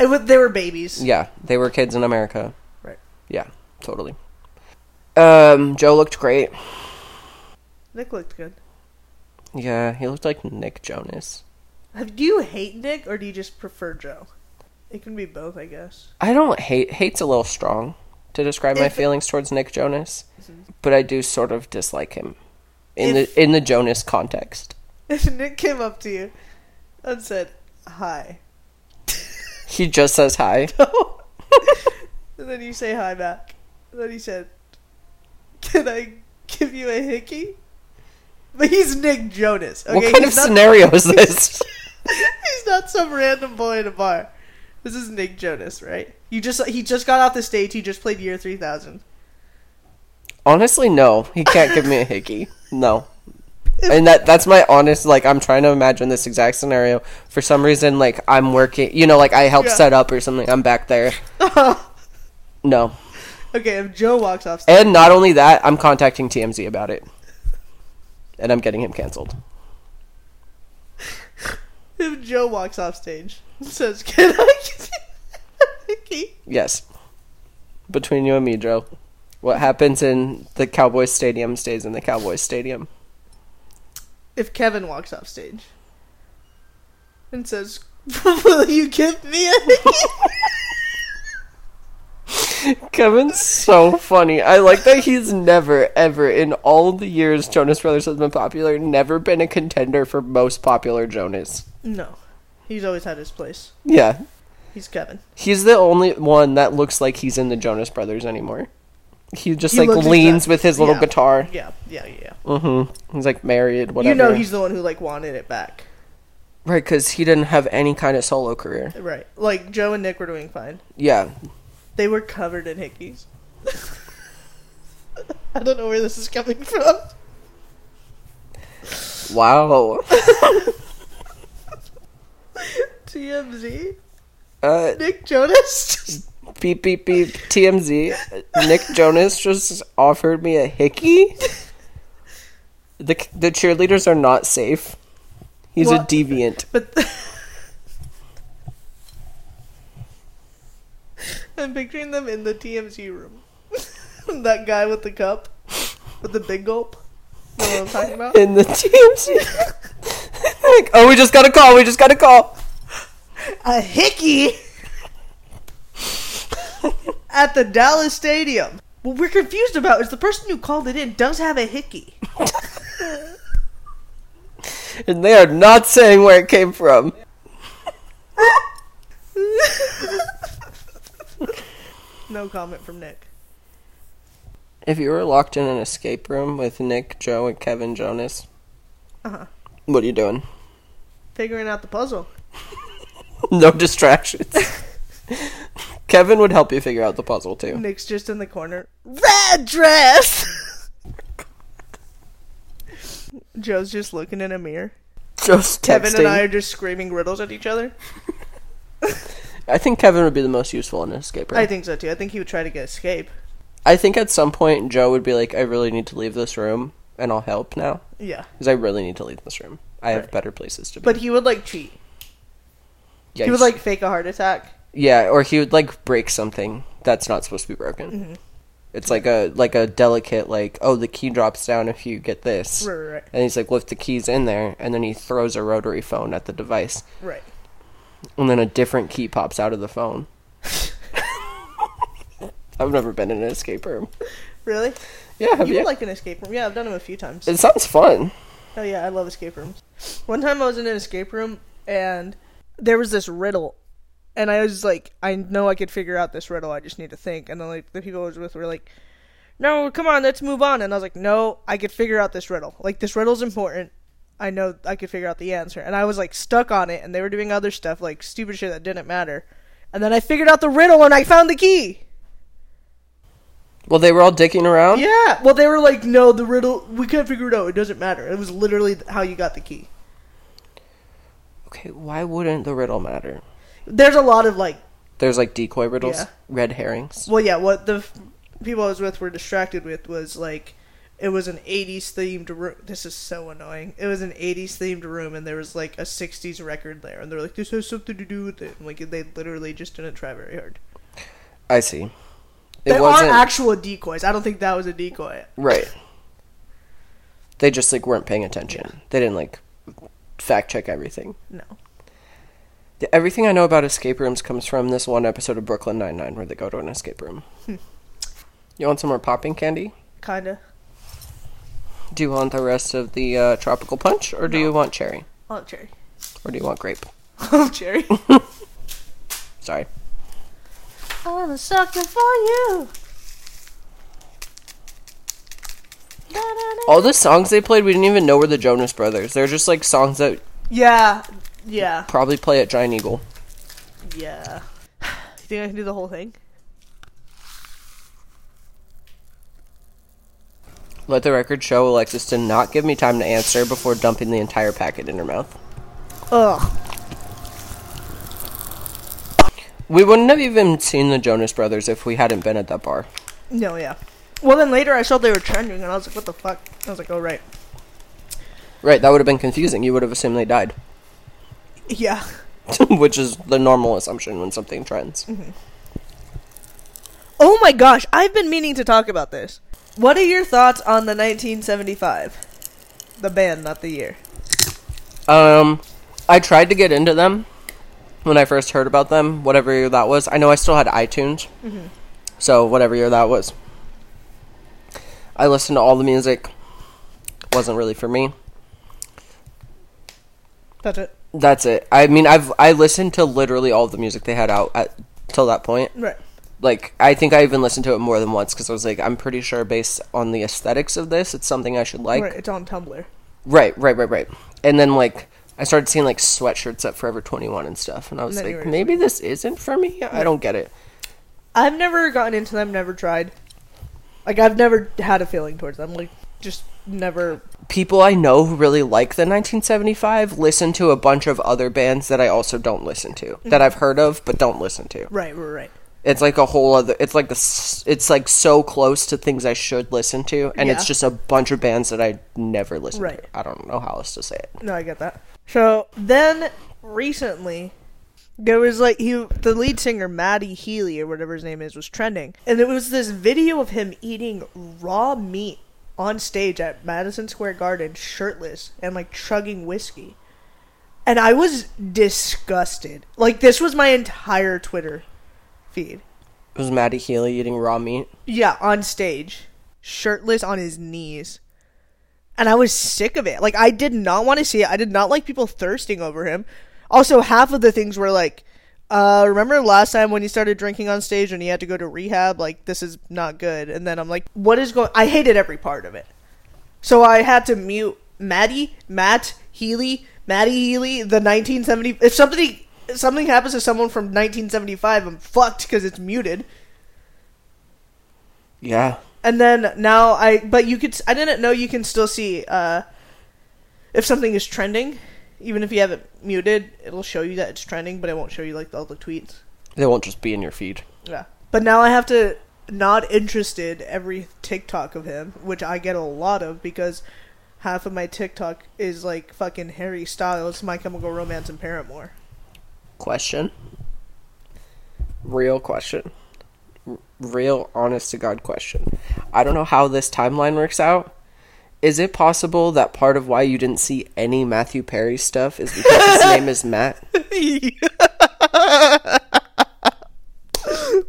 Speaker 3: It wa- they were babies.
Speaker 1: Yeah, they were kids in America.
Speaker 3: Right.
Speaker 1: Yeah, totally. Um, Joe looked great.
Speaker 3: Nick looked good.
Speaker 1: Yeah, he looked like Nick Jonas.
Speaker 3: Have- Do you hate Nick or do you just prefer Joe? It can be both, I guess. [LAUGHS]
Speaker 1: I don't hate. Hate's a little strong to describe my
Speaker 3: If- Mm-hmm.
Speaker 1: feelings towards Nick Jonas, but I do sort of dislike him in
Speaker 3: If-
Speaker 1: the in the Jonas context.
Speaker 3: If Nick came up to you and said, "Hi,"
Speaker 1: He just says hi.
Speaker 3: [LAUGHS] and then you say hi back, and then he said, "Can I give you a hickey?" But he's Nick Jonas. Okay,
Speaker 1: what kind of
Speaker 3: he's, not,
Speaker 1: scenario is this?
Speaker 3: [LAUGHS] he's not some random boy in a bar. This is Nick Jonas, right? You just he just got off the stage. He just played Year Three Thousand. [LAUGHS]
Speaker 1: Honestly, no. He can't give me a hickey. No. And that that's my honest like I'm trying to imagine this exact scenario. For some reason like I'm working, you know, like I help
Speaker 3: Yeah.
Speaker 1: set up or something. I'm back there. No.
Speaker 3: Okay, if Joe walks off stage,
Speaker 1: And not only that, I'm contacting TMZ about it. And I'm getting him canceled.
Speaker 3: if Joe walks off stage, [LAUGHS] and says, "Can I give you a hickey?"
Speaker 1: Yes. Between you and me, Joe. What happens in the Cowboys stadium stays in the Cowboys stadium.
Speaker 3: if Kevin walks off stage and says, [LAUGHS] "Will you give me a hickey?"
Speaker 1: [LAUGHS] Kevin's so funny. I like that he's never, ever, in all the years Jonas Brothers has been popular, never been a contender for most popular Jonas.
Speaker 3: no, he's always had his place.
Speaker 1: Yeah.
Speaker 3: He's Kevin.
Speaker 1: He's the only one that looks like he's in the Jonas Brothers anymore. He just
Speaker 3: He
Speaker 1: like
Speaker 3: looks
Speaker 1: leans
Speaker 3: exact-
Speaker 1: with his little
Speaker 3: yeah.
Speaker 1: guitar.
Speaker 3: Yeah, yeah, yeah.
Speaker 1: Mm-hmm. He's like married, whatever.
Speaker 3: You know he's the one who like wanted it back,
Speaker 1: right because he didn't have any kind of solo career.
Speaker 3: right? Like Joe and Nick were doing fine.
Speaker 1: Yeah,
Speaker 3: They were covered in hickeys. [LAUGHS] I don't know where this is coming from. [LAUGHS]
Speaker 1: Wow.
Speaker 3: TMZ.
Speaker 1: Uh,
Speaker 3: Nick Jonas. [LAUGHS]
Speaker 1: beep beep beep. TMZ. Nick Jonas just offered me a hickey. The the cheerleaders are not safe. He's
Speaker 3: What?
Speaker 1: a deviant.
Speaker 3: But [LAUGHS] I'm picturing them in the TMZ room. [LAUGHS] that guy with the cup, with the big gulp. You know what I'm talking about?
Speaker 1: In the TMZ. [LAUGHS] like, oh, we just got a call. We just got a call.
Speaker 3: A hickey at the Dallas Stadium. What we're confused about is the person who called it in does have a hickey.
Speaker 1: And they are not saying where it came from.
Speaker 3: no comment from Nick.
Speaker 1: If you were locked in an escape room with Nick, Joe, and Kevin Jonas,
Speaker 3: Uh-huh.
Speaker 1: what are you doing? [LAUGHS]
Speaker 3: Figuring out the puzzle.
Speaker 1: No distractions. [LAUGHS] Kevin would help you figure out the puzzle too.
Speaker 3: Nick's just in the corner. Red dress. [LAUGHS] Joe's just looking in a mirror.
Speaker 1: Just
Speaker 3: Kevin
Speaker 1: texting.
Speaker 3: and I are just screaming riddles at each other.
Speaker 1: I think Kevin would be the most useful in an escape room.
Speaker 3: I think so too. I think he would try to get escape.
Speaker 1: I think at some point Joe would be like, "I really need to leave this room, and I'll help now
Speaker 3: Yeah,
Speaker 1: because I really need to leave this room. I have
Speaker 3: Right.
Speaker 1: better places to be."
Speaker 3: but he would like cheat.
Speaker 1: yeah,
Speaker 3: He would like fake a heart attack.
Speaker 1: yeah, or he would like break something that's not supposed to be broken.
Speaker 3: Mm-hmm.
Speaker 1: It's like a like a delicate like, oh, the key drops down if you get this,
Speaker 3: Right, right, right.
Speaker 1: and he's like, lift the keys in there, and then he throws a rotary phone at the device,
Speaker 3: Right.
Speaker 1: and then a different key pops out of the
Speaker 3: [LAUGHS]
Speaker 1: phone. [LAUGHS] I've never been in an escape room.
Speaker 3: Really?
Speaker 1: Yeah, have
Speaker 3: You
Speaker 1: you?
Speaker 3: would like an escape room? Yeah, I've done them a few times.
Speaker 1: it sounds fun.
Speaker 3: Oh yeah, I love escape rooms. One time I was in an escape room and there was this riddle, and I was like, I know I could figure out this riddle. I just need to think. And then like the people I was with were like, No, come on, let's move on. And I was like, No, I could figure out this riddle. Like this riddle's important. I know I could figure out the answer. And I was like stuck on it, and they were doing other stuff like stupid shit that didn't matter. And then I figured out the riddle and I found the key.
Speaker 1: Well, they were all dicking around.
Speaker 3: Yeah. Well, they were like, no, the riddle, we can't figure it out. It doesn't matter. It was literally how you got the key.
Speaker 1: Okay, why wouldn't the riddle matter?
Speaker 3: There's a lot of like
Speaker 1: There's like decoy riddles,
Speaker 3: Yeah.
Speaker 1: red herrings.
Speaker 3: Well, yeah, what the f- people I was with were distracted with was like it was an 80s themed room. This is so annoying. It was an 80s themed room and there was like a 60s record there and they're like this has something to do with it. And, like they literally just didn't try very hard.
Speaker 1: I see.
Speaker 3: They
Speaker 1: it wasn't
Speaker 3: are actual decoys. I don't think that was a decoy.
Speaker 1: right. They just like weren't paying attention. They didn't like fact check everything.
Speaker 3: No.
Speaker 1: Yeah, Everything I know about escape rooms comes from this one episode of Brooklyn Nine Nine where they go to an escape room.
Speaker 3: Hmm.
Speaker 1: You want some more popping candy?
Speaker 3: Kinda.
Speaker 1: Do you want the rest of the uh, tropical punch, or do you want cherry,
Speaker 3: Oh, cherry. [LAUGHS]
Speaker 1: or do you want grape?
Speaker 3: Oh, cherry.
Speaker 1: Sorry.
Speaker 3: I'm a sucker for you.
Speaker 1: All the songs they played, we didn't even know were the Jonas Brothers. They're just like songs that
Speaker 3: Yeah. Yeah.
Speaker 1: probably play at Giant Eagle.
Speaker 3: Yeah. You think I can do the whole thing?
Speaker 1: Let the record show Alexis did not give me time to answer before dumping the entire packet in her mouth.
Speaker 3: Ugh.
Speaker 1: We wouldn't have even seen the Jonas Brothers if we hadn't been at that bar.
Speaker 3: No, yeah. Well, then later I saw they were trending, and I was like, what the fuck? I was like, oh, right.
Speaker 1: Right, that would have been confusing. You would have assumed they died, [LAUGHS]
Speaker 3: Yeah.
Speaker 1: which is the normal assumption when something trends.
Speaker 3: Oh my gosh, I've been meaning to talk about this. What are your thoughts on the 1975? The band, not the year.
Speaker 1: Um, I tried to get into them when I first heard about them, whatever year that was. I know I still had iTunes,
Speaker 3: Mm-hmm.
Speaker 1: so whatever year that was. I listened to all the music. wasn't really for me.
Speaker 3: That's it.
Speaker 1: That's it. I mean, I've I listened to literally all the music they had out at till that point.
Speaker 3: Right.
Speaker 1: Like, I think I even listened to it more than once because I was like, I'm pretty sure based on the aesthetics of this, it's something I should like.
Speaker 3: right. It's on Tumblr.
Speaker 1: Right, right, right, right. And then like I started seeing like sweatshirts at Forever 21 and stuff, and I was
Speaker 3: Then you
Speaker 1: like,
Speaker 3: were-
Speaker 1: maybe this isn't for me. I don't get it.
Speaker 3: I've never gotten into them, never tried. Like, I've never had a feeling towards them. Like, just never.
Speaker 1: People I know who really like the 1975 listen to a bunch of other bands that I also don't listen to,
Speaker 3: Mm-hmm.
Speaker 1: that I've heard of but don't listen to.
Speaker 3: Right, right, right.
Speaker 1: It's like a whole other. It's like a. s- It's like so close to things I should listen to, and it's
Speaker 3: Yeah.
Speaker 1: just a bunch of bands that I never listen
Speaker 3: Right.
Speaker 1: to. I don't know how else to say it.
Speaker 3: No, I get that. So then recently there was like he the lead singer Maddie Healy or whatever his name is was trending. And there was this video of him eating raw meat on stage at Madison Square Garden shirtless and like chugging whiskey. And I was disgusted. Like this was my entire Twitter feed.
Speaker 1: It was Maddie Healy eating raw meat.
Speaker 3: Yeah, on stage, shirtless on his knees. And I was sick of it. Like I did not want to see it. I did not like people thirsting over him. Also, half of the things were like uh remember last time when he started drinking on stage and he had to go to rehab? Like this is not good. And then I'm like, what is going I hated every part of it. So I had to mute Maddie, Matt Healy, Maddie Healy, the 1970 if somebody if something happens to someone from 1975, I'm fucked cuz it's muted.
Speaker 1: Yeah,
Speaker 3: And then now I, but you could, I didn't know you can still see uh, if something is trending, even if you have it muted, it'll show you that it's trending, but it won't show you like all the tweets.
Speaker 1: they won't just be in your feed.
Speaker 3: Yeah. But now I have to not interested every TikTok of him, which I get a lot of because half of my TikTok is like fucking Harry Styles, My Chemical Romance, and Paramore. [LAUGHS]
Speaker 1: question real question R- real honest to god question i don't know how this timeline works out is it possible that part of why you didn't see any matthew perry stuff is because
Speaker 3: [LAUGHS]
Speaker 1: his name is matt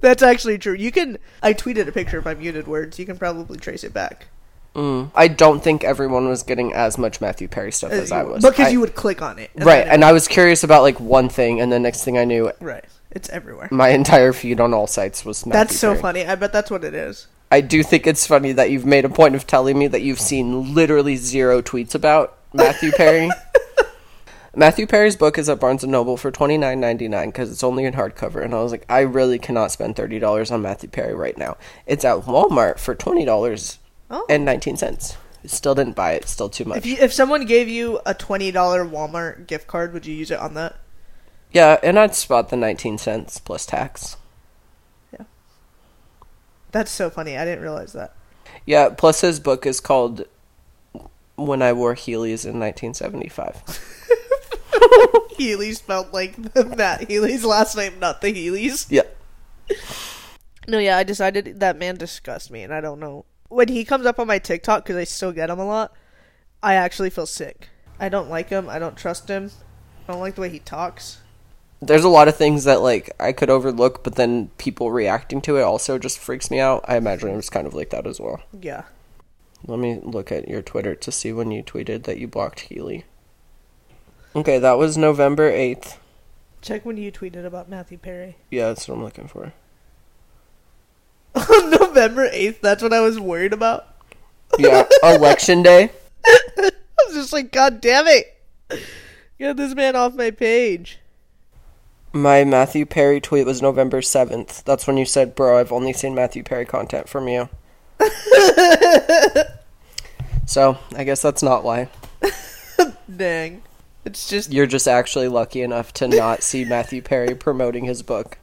Speaker 3: That's actually true. You can, I tweeted a picture of my muted words. You can probably trace it back.
Speaker 1: i don't think everyone was getting as much matthew perry stuff as i was
Speaker 3: because
Speaker 1: I-
Speaker 3: Uh, you would click on it.
Speaker 1: right
Speaker 3: then
Speaker 1: and i was curious about like one thing and the next thing i knew
Speaker 3: it- right. It's everywhere.
Speaker 1: my entire feed on all sites was matthew
Speaker 3: That's so
Speaker 1: Perry.
Speaker 3: funny. I bet that's what it is.
Speaker 1: I do think it's funny that you've made a point of telling me that you've seen literally zero tweets about Matthew Perry.
Speaker 3: [LAUGHS]
Speaker 1: Matthew Perry's book is at Barnes and Noble for twenty nine ninety nine because it's only in hardcover, and I was like, I really cannot spend thirty dollars on Matthew Perry right now. It's at Walmart for twenty dollars
Speaker 3: Oh.
Speaker 1: and nineteen cents. Still didn't buy it. Still too much.
Speaker 3: If you, if someone gave you a twenty dollar Walmart gift card, would you use it on that?
Speaker 1: yeah, and I'd spot the nineteen cents plus tax.
Speaker 3: That's so funny. I didn't realize that. [LAUGHS]
Speaker 1: Yeah, plus his book is called "When I Wore Heelys in 1975."
Speaker 3: [LAUGHS] Healy spelled like Matt Healy's last name, not the Healy's.
Speaker 1: yeah.
Speaker 3: No, yeah, I decided that man disgusts me, and I don't know. When he comes up on my TikTok, because I still get him a lot, I actually feel sick. I don't like him. I don't trust him. I don't like the way he talks.
Speaker 1: There's a lot of things that like I could overlook, but then people reacting to it also just freaks me out. I imagine I'm just kind of like that as well.
Speaker 3: Yeah.
Speaker 1: Let me look at your Twitter to see when you tweeted that you blocked Healy. Okay, that was November eighth.
Speaker 3: Check when you tweeted about Matthew Perry. [LAUGHS]
Speaker 1: Yeah, that's what I'm looking for.
Speaker 3: On November 8th, that's what I was worried about.
Speaker 1: Yeah, election day.
Speaker 3: I was just like, God damn it! Get this man off my page.
Speaker 1: My Matthew Perry tweet was November 7th. That's when you said, Bro, I've only seen Matthew Perry content from you. so, I guess that's not why.
Speaker 3: Dang. It's just,
Speaker 1: You're just actually lucky enough to not see Matthew Perry promoting his book.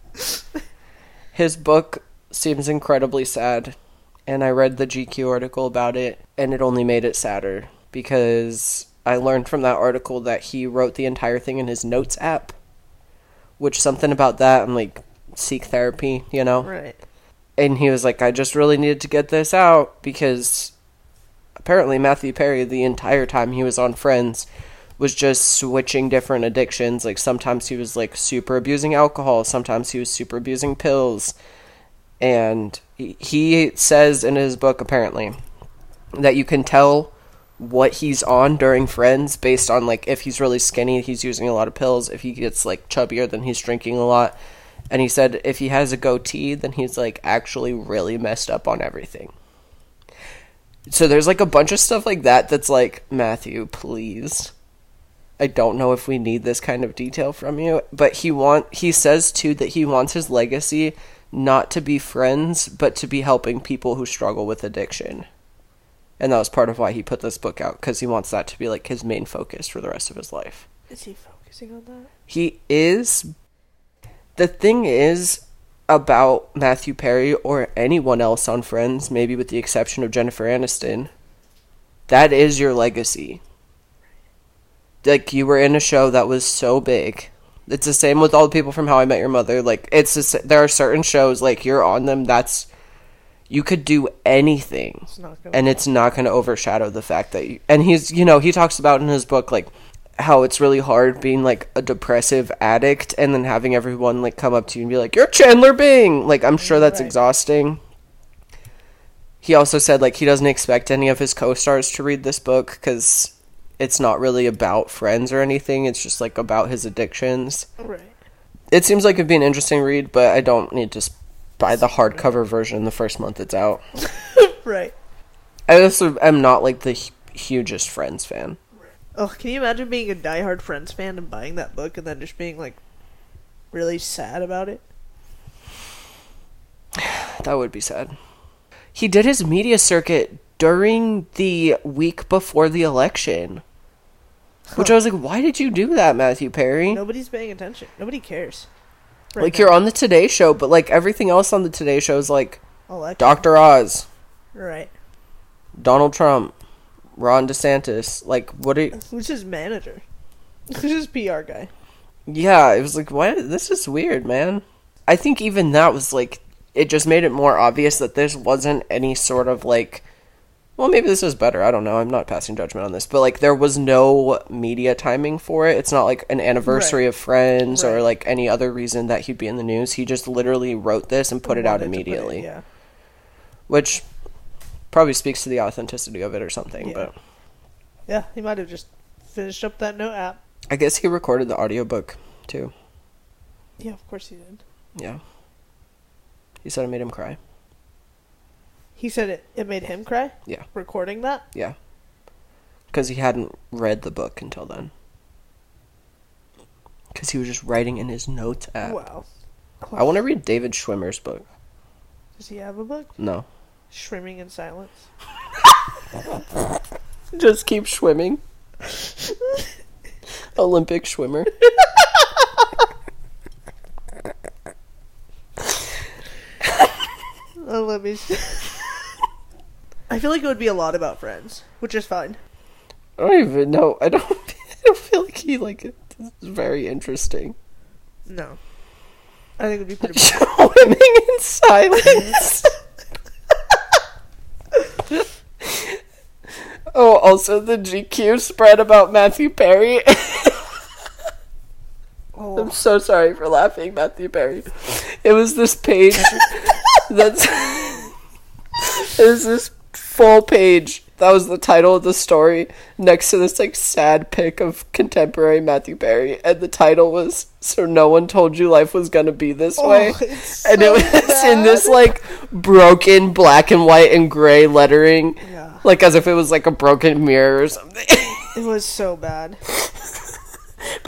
Speaker 1: His book seems incredibly sad, and I read the GQ article about it, and it only made it sadder because I learned from that article that he wrote the entire thing in his notes app, which something about that, I'm like, seek therapy, you know?
Speaker 3: right.
Speaker 1: and he was like, I just really needed to get this out because apparently Matthew Perry, the entire time he was on Friends, was just switching different addictions. Like sometimes he was like super abusing alcohol, sometimes he was super abusing pills. And he- he says in his book, apparently, that you can tell what he's on during friends based on like if he's really skinny he's using a lot of pills if he gets like chubbier then he's drinking a lot and he said if he has a goatee then he's like actually really messed up on everything so there's like a bunch of stuff like that that's like matthew please i don't know if we need this kind of detail from you but he want he says too that he wants his legacy not to be friends but to be helping people who struggle with addiction and that was part of why he put this book out because he wants that to be like his main focus for the rest of his life
Speaker 3: Is he focusing on that?
Speaker 1: he is the thing is about matthew perry or anyone else on friends maybe with the exception of jennifer aniston that is your legacy like you were in a show that was so big it's the same with all the people from how i met your mother like it's the s there are certain shows like you're on them that's you could do anything
Speaker 3: It's not gonna.
Speaker 1: and it's not going to overshadow the fact that you, and he's you know he talks about in his book like how it's really hard being like a depressive addict and then having everyone like come up to you and be like you're chandler bing like i'm sure that's
Speaker 3: Right.
Speaker 1: exhausting he also said like he doesn't expect any of his co-stars to read this book because it's not really about friends or anything it's just like about his addictions
Speaker 3: right.
Speaker 1: it seems like it'd be an interesting read but i don't need to s- buy the hardcover version the first month it's out
Speaker 3: Right.
Speaker 1: I also am not like the hu- hugest Friends fan.
Speaker 3: Oh, can you imagine being a diehard Friends fan and buying that book and then just being like really sad about it?
Speaker 1: That would be sad. He did his media circuit during the week before the election. Which I was like, why did you do that, Matthew Perry?
Speaker 3: Nobody's paying attention. Nobody cares. Right
Speaker 1: like,
Speaker 3: now.
Speaker 1: you're on the Today Show, but like everything else on the Today Show is like
Speaker 3: Election.
Speaker 1: Dr. Oz,
Speaker 3: Right.
Speaker 1: Donald Trump, Ron DeSantis. Like, what are you.
Speaker 3: Who's his manager? [LAUGHS] Who's his PR guy?
Speaker 1: Yeah, it was like, why? This is weird, man. I think even that was like, it just made it more obvious that this wasn't any sort of like, well, maybe this is better. I don't know. I'm not passing judgment on this, but like, there was no media timing for it. It's not like an anniversary
Speaker 3: Right.
Speaker 1: of Friends or
Speaker 3: Right.
Speaker 1: like any other reason that he'd be in the news. He just literally wrote this and put it out
Speaker 3: Wanted to put it-
Speaker 1: immediately,
Speaker 3: yeah.
Speaker 1: which probably speaks to the authenticity of it or something.
Speaker 3: Yeah.
Speaker 1: But
Speaker 3: Yeah, he might have just finished up that note app.
Speaker 1: I guess he recorded the audiobook too.
Speaker 3: Yeah, of course he did.
Speaker 1: Yeah. He said it made him cry.
Speaker 3: He said it, it made him cry?
Speaker 1: Yeah.
Speaker 3: Recording that?
Speaker 1: Yeah. Because he hadn't read the book until then. Because he was just writing in his notes app.
Speaker 3: Wow.
Speaker 1: I want to read David Schwimmer's book.
Speaker 3: Does he have a book?
Speaker 1: No.
Speaker 3: Shrimming in Silence.
Speaker 1: Just keep swimming. [LAUGHS] Olympic swimmer.
Speaker 3: Oh, let me. s- [LAUGHS] I feel like it would be a lot about friends, which is fine.
Speaker 1: I don't even know. I don't, [LAUGHS] I don't feel like he, like, it. This is very interesting.
Speaker 3: No. I think
Speaker 1: [LAUGHS]
Speaker 3: it'd be pretty.
Speaker 1: Swimming in silence. oh, also the GQ spread about Matthew Perry. [LAUGHS] I'm
Speaker 3: [LAUGHS] Oh,
Speaker 1: so sorry for laughing, Matthew Perry. It was this page that's. [LAUGHS] it was this full page. That was the title of the story next to this like sad pic of contemporary Matthew Perry, and the title was "So No One Told You Life Was Gonna Be This Way."
Speaker 3: Oh, it's
Speaker 1: and it
Speaker 3: so
Speaker 1: was in
Speaker 3: bad.
Speaker 1: this like broken black and white and gray lettering
Speaker 3: Yeah.
Speaker 1: like as if it was like a broken mirror or something
Speaker 3: it was so bad.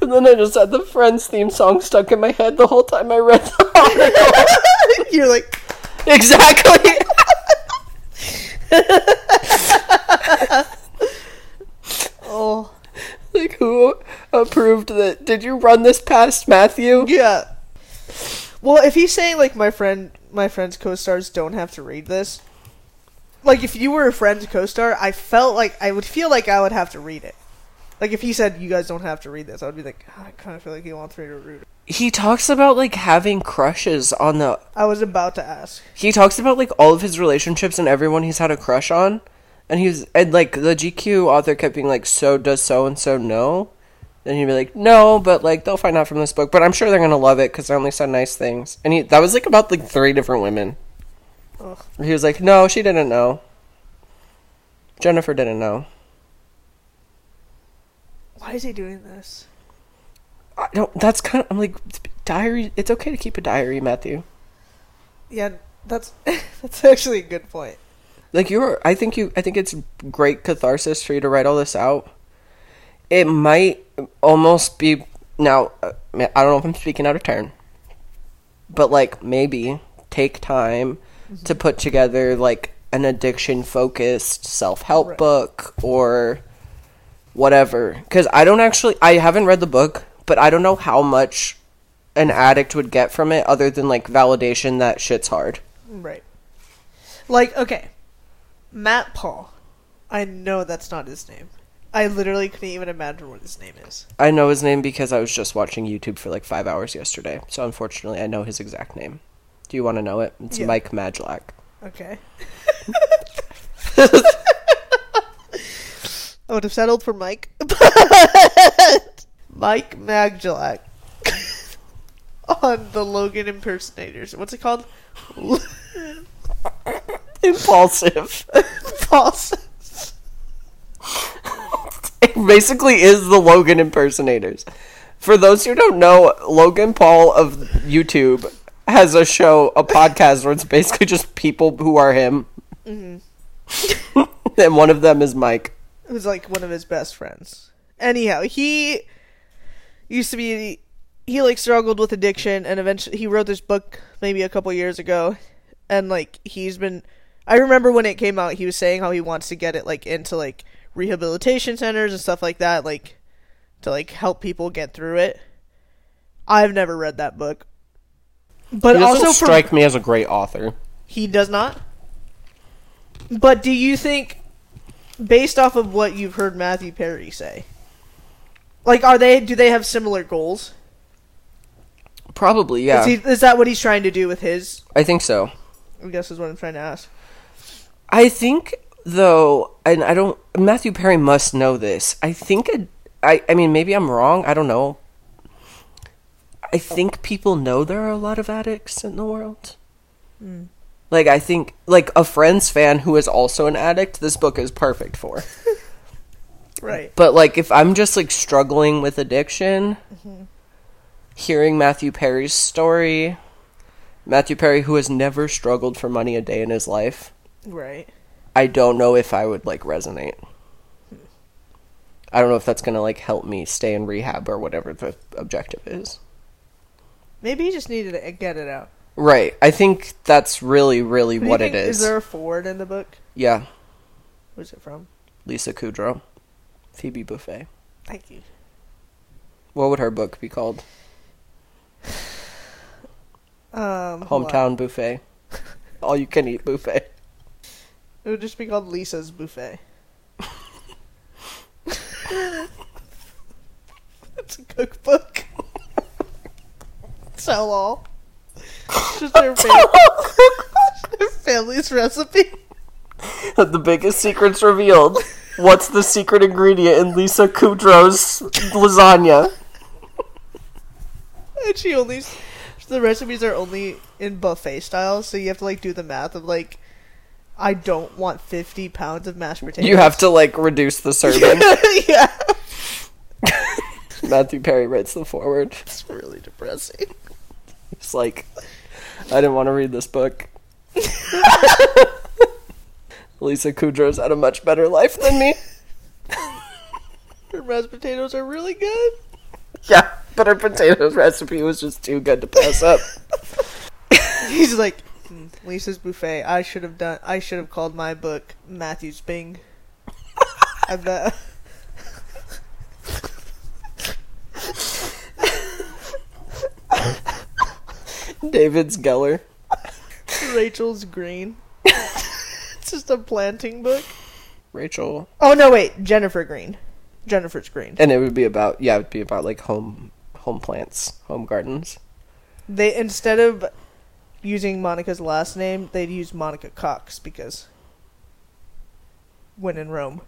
Speaker 1: but then i just had the friends theme song stuck in my head the whole time i read the [LAUGHS] article
Speaker 3: [LAUGHS] You're like,
Speaker 1: exactly
Speaker 3: oh,
Speaker 1: [LAUGHS] like who approved that did you run this past matthew
Speaker 3: yeah. Well, if he's saying like my friend, my friend's co-stars don't have to read this. Like if you were a friend's co-star, I felt like I would feel like I would have to read it. Like if he said you guys don't have to read this, I would be like, "God, I kind of feel like he wants me to read it.
Speaker 1: he talks about like having crushes on the
Speaker 3: I was about to ask.
Speaker 1: he talks about like all of his relationships and everyone he's had a crush on and he's and like the gq author kept being like so does so and so know and he'd be like no but like they'll find out from this book but i'm sure they're gonna love it because i only said nice things and he that was like about like three different women
Speaker 3: Ugh.
Speaker 1: he was like no she didn't know jennifer didn't know
Speaker 3: Why is he doing this?
Speaker 1: i don't that's kind of i'm like diary it's okay to keep a diary matthew
Speaker 3: Yeah, that's [LAUGHS] that's actually a good point.
Speaker 1: like you're i think you i think it's great catharsis for you to write all this out it might almost be now uh, i don't know if i'm speaking out of turn but like maybe take time to put together like an addiction focused self-help
Speaker 3: Right.
Speaker 1: book or whatever because i don't actually i haven't read the book but i don't know how much an addict would get from it other than like validation that shit's hard
Speaker 3: Right. Like, okay. Matt Paul. I know that's not his name. I literally couldn't even imagine what his name is.
Speaker 1: I know his name because I was just watching YouTube for like five hours yesterday. So unfortunately, I know his exact name. Do you want to know it? It's
Speaker 3: Yeah.
Speaker 1: Mike Majlak. [LAUGHS]
Speaker 3: Okay. [LAUGHS] I would have settled for Mike. [LAUGHS] Mike Magjalak. [LAUGHS] on the Logan impersonators. What's it called? [LAUGHS]
Speaker 1: Impulsive. [LAUGHS]
Speaker 3: False.
Speaker 1: it basically is the Logan impersonators. For those who don't know, Logan Paul of YouTube has a show, a podcast where it's basically just people who are him.
Speaker 3: Mm-hmm.
Speaker 1: [LAUGHS] and one of them is Mike.
Speaker 3: who's like one of his best friends. Anyhow, he used to be he like struggled with addiction and eventually he wrote this book maybe a couple years ago and like he's been I remember when it came out he was saying how he wants to get it like into like rehabilitation centers and stuff like that like to like help people get through it. I've never read that book. But
Speaker 1: He doesn't
Speaker 3: also from-
Speaker 1: strike me as a great author.
Speaker 3: he does not. But do you think, based off of what you've heard Matthew Perry say, like are they do they have similar goals?
Speaker 1: Probably, yeah.
Speaker 3: Is, he, is that what he's trying to do with his?
Speaker 1: I think so.
Speaker 3: I guess is what I'm trying to ask.
Speaker 1: I think though, and I don't. Matthew Perry must know this. I think. A, I. I mean, maybe I'm wrong. I don't know. I think people know there are a lot of addicts in the world. Like I think, like a Friends fan who is also an addict, this book is perfect for.
Speaker 3: Right.
Speaker 1: But like, if I'm just like struggling with addiction, hearing Matthew Perry's story, Matthew Perry who has never struggled for money a day in his life,
Speaker 3: Right.
Speaker 1: I don't know if I would like resonate. I don't know if that's gonna like help me stay in rehab or whatever the objective is.
Speaker 3: Maybe he just needed to get it out.
Speaker 1: Right. I think that's really, really
Speaker 3: Who do you
Speaker 1: what it
Speaker 3: think-
Speaker 1: is.
Speaker 3: Is there a Ford in the book?
Speaker 1: Yeah.
Speaker 3: Who's it from?
Speaker 1: Lisa Kudrow. Phoebe Buffet.
Speaker 3: Thank you.
Speaker 1: What would her book be called?
Speaker 3: Um, hold
Speaker 1: Hometown
Speaker 3: on. [LAUGHS]
Speaker 1: Buffet. All you can eat buffet.
Speaker 3: It would just be called Lisa's Buffet. it's a cookbook. so all. Just their, fam- their family's recipe.
Speaker 1: [LAUGHS] the biggest secret's revealed. What's the secret ingredient in Lisa Kudrow's
Speaker 3: [LAUGHS]
Speaker 1: lasagna?
Speaker 3: And she only s- the recipes are only in buffet style, so you have to like do the math of like I don't want fifty pounds of mashed potatoes.
Speaker 1: You have to like reduce the
Speaker 3: [LAUGHS]
Speaker 1: serving.
Speaker 3: yeah.
Speaker 1: Matthew Perry writes the forward.
Speaker 3: It's really depressing.
Speaker 1: It's like, I didn't want to read this [LAUGHS] book. Lisa Kudrow's had a much better life than me.
Speaker 3: Her mashed potatoes are really good.
Speaker 1: [LAUGHS] Yeah, but her potatoes [LAUGHS] recipe was just too good to pass up.
Speaker 3: [LAUGHS] He's like "Hmm, Lisa's buffet. I should have done. I should have called my book Matthew's Bing. I bet.
Speaker 1: David's Geller.
Speaker 3: Rachel's Green. it's just a planting book.
Speaker 1: Rachel.
Speaker 3: Oh no, wait, Jennifer Green. Jennifer's Green.
Speaker 1: And it would be about yeah, it would be about like home home plants, home gardens.
Speaker 3: They instead of using Monica's last name, they'd use Monica Cox because when in Rome.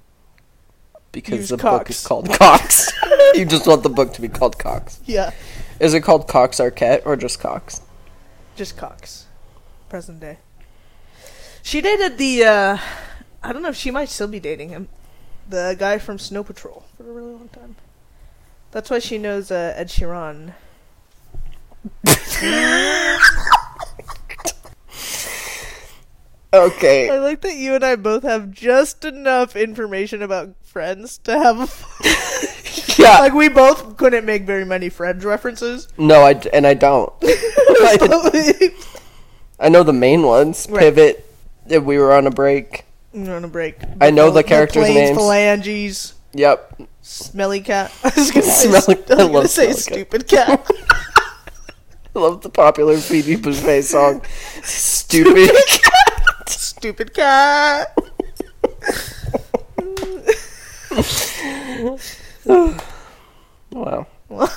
Speaker 1: Because
Speaker 3: Use
Speaker 1: the book
Speaker 3: Cox.
Speaker 1: is called Cox. [LAUGHS] you just want the book to be called Cox.
Speaker 3: Yeah,
Speaker 1: Is it called Cox Arquette or just Cox?
Speaker 3: just Cox. Present day. She dated the uh I don't know if she might still be dating him. The guy from Snow Patrol for a really long time. That's why she knows uh, Ed Sheeran. I
Speaker 1: Okay.
Speaker 3: like that you and I both have just enough information about friends to have
Speaker 1: [LAUGHS]
Speaker 3: a [LAUGHS]
Speaker 1: Yeah.
Speaker 3: like we both couldn't make very many
Speaker 1: [LAUGHS]
Speaker 3: friends references. [LAUGHS]
Speaker 1: No, I d- and I don't. I,
Speaker 3: We're
Speaker 1: I know the main ones.
Speaker 3: Right.
Speaker 1: Pivot. If we were on a break.
Speaker 3: on a break.
Speaker 1: I know the characters'
Speaker 3: planes,
Speaker 1: names.
Speaker 3: Phalanges,
Speaker 1: Yep.
Speaker 3: smelly cat. [LAUGHS] I was gonna say,
Speaker 1: Smelly-
Speaker 3: st-
Speaker 1: I
Speaker 3: I was gonna
Speaker 1: love
Speaker 3: say
Speaker 1: smelly
Speaker 3: stupid cat.
Speaker 1: I love the popular Phoebe Buffet song. [LAUGHS] Stupid.
Speaker 3: stupid cat. [LAUGHS]
Speaker 1: wow.
Speaker 3: Well,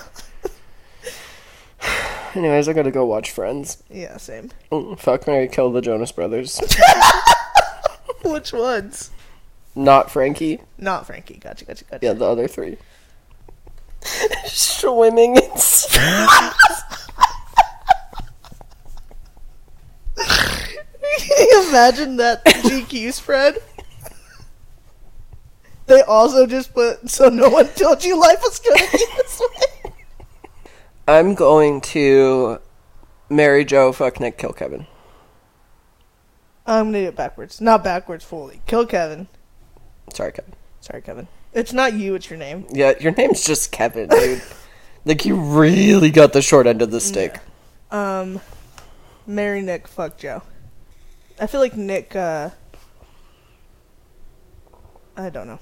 Speaker 1: Anyways, I gotta go watch Friends.
Speaker 3: yeah, same.
Speaker 1: Mm, Fuck Mary Kill the Jonas Brothers.
Speaker 3: Which ones?
Speaker 1: Not Frankie.
Speaker 3: Not Frankie. Gotcha, gotcha, gotcha.
Speaker 1: Yeah, the other three. [LAUGHS] Swimming in s-
Speaker 3: Can you [LAUGHS] imagine that GQ spread? They also just put so no one told you life was gonna be this way.
Speaker 1: [LAUGHS] I'm going to marry Joe, fuck Nick, kill Kevin.
Speaker 3: I'm gonna do it backwards. Not backwards fully. Kill Kevin.
Speaker 1: Sorry, Kevin.
Speaker 3: Sorry, Kevin. It's not you, it's your name.
Speaker 1: Yeah, your name's just Kevin, [LAUGHS] dude. like, you really got the short end of the stick.
Speaker 3: Um Mary Nick, fuck Joe. I feel like Nick uh I don't know.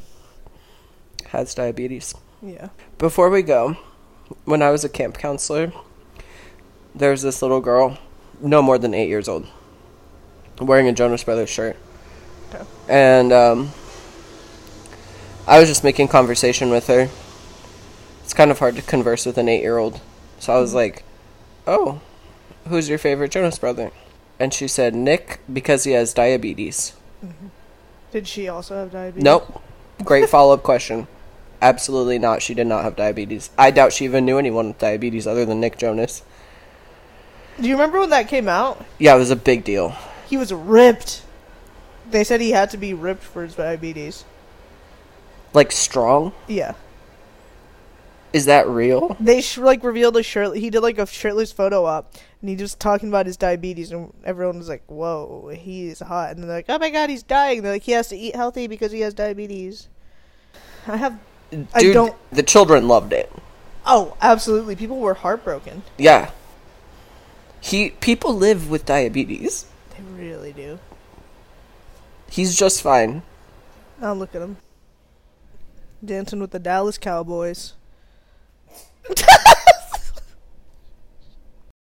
Speaker 1: Has diabetes.
Speaker 3: Yeah.
Speaker 1: Before we go, when I was a camp counselor, there was this little girl, no more than eight years old, wearing a Jonas Brothers shirt.
Speaker 3: Okay.
Speaker 1: And um, I was just making conversation with her. It's kind of hard to converse with an eight year old. So I was like, Oh, who's your favorite Jonas Brother? And she said, Nick, because he has diabetes.
Speaker 3: Did she also have diabetes?
Speaker 1: Nope. Great follow up question. Absolutely not. She did not have diabetes. I doubt she even knew anyone with diabetes other than Nick Jonas.
Speaker 3: Do you remember when that came out?
Speaker 1: Yeah, it was a big deal.
Speaker 3: He was ripped. They said he had to be ripped for his diabetes.
Speaker 1: Like, strong?
Speaker 3: Yeah.
Speaker 1: Is that real?
Speaker 3: They sh- like revealed a shirt. He did like a shirtless photo op, and he was talking about his diabetes, and everyone was like, "Whoa, he is hot!" And they're like, "Oh my god, he's dying!" They're like, "He has to eat healthy because he has diabetes." I have.
Speaker 1: Dude,
Speaker 3: I don't-
Speaker 1: The children loved it.
Speaker 3: Oh, absolutely. People were heartbroken.
Speaker 1: Yeah. He people live with diabetes.
Speaker 3: They really do.
Speaker 1: He's just fine.
Speaker 3: Now look at him, [LAUGHS] dancing with the Dallas Cowboys.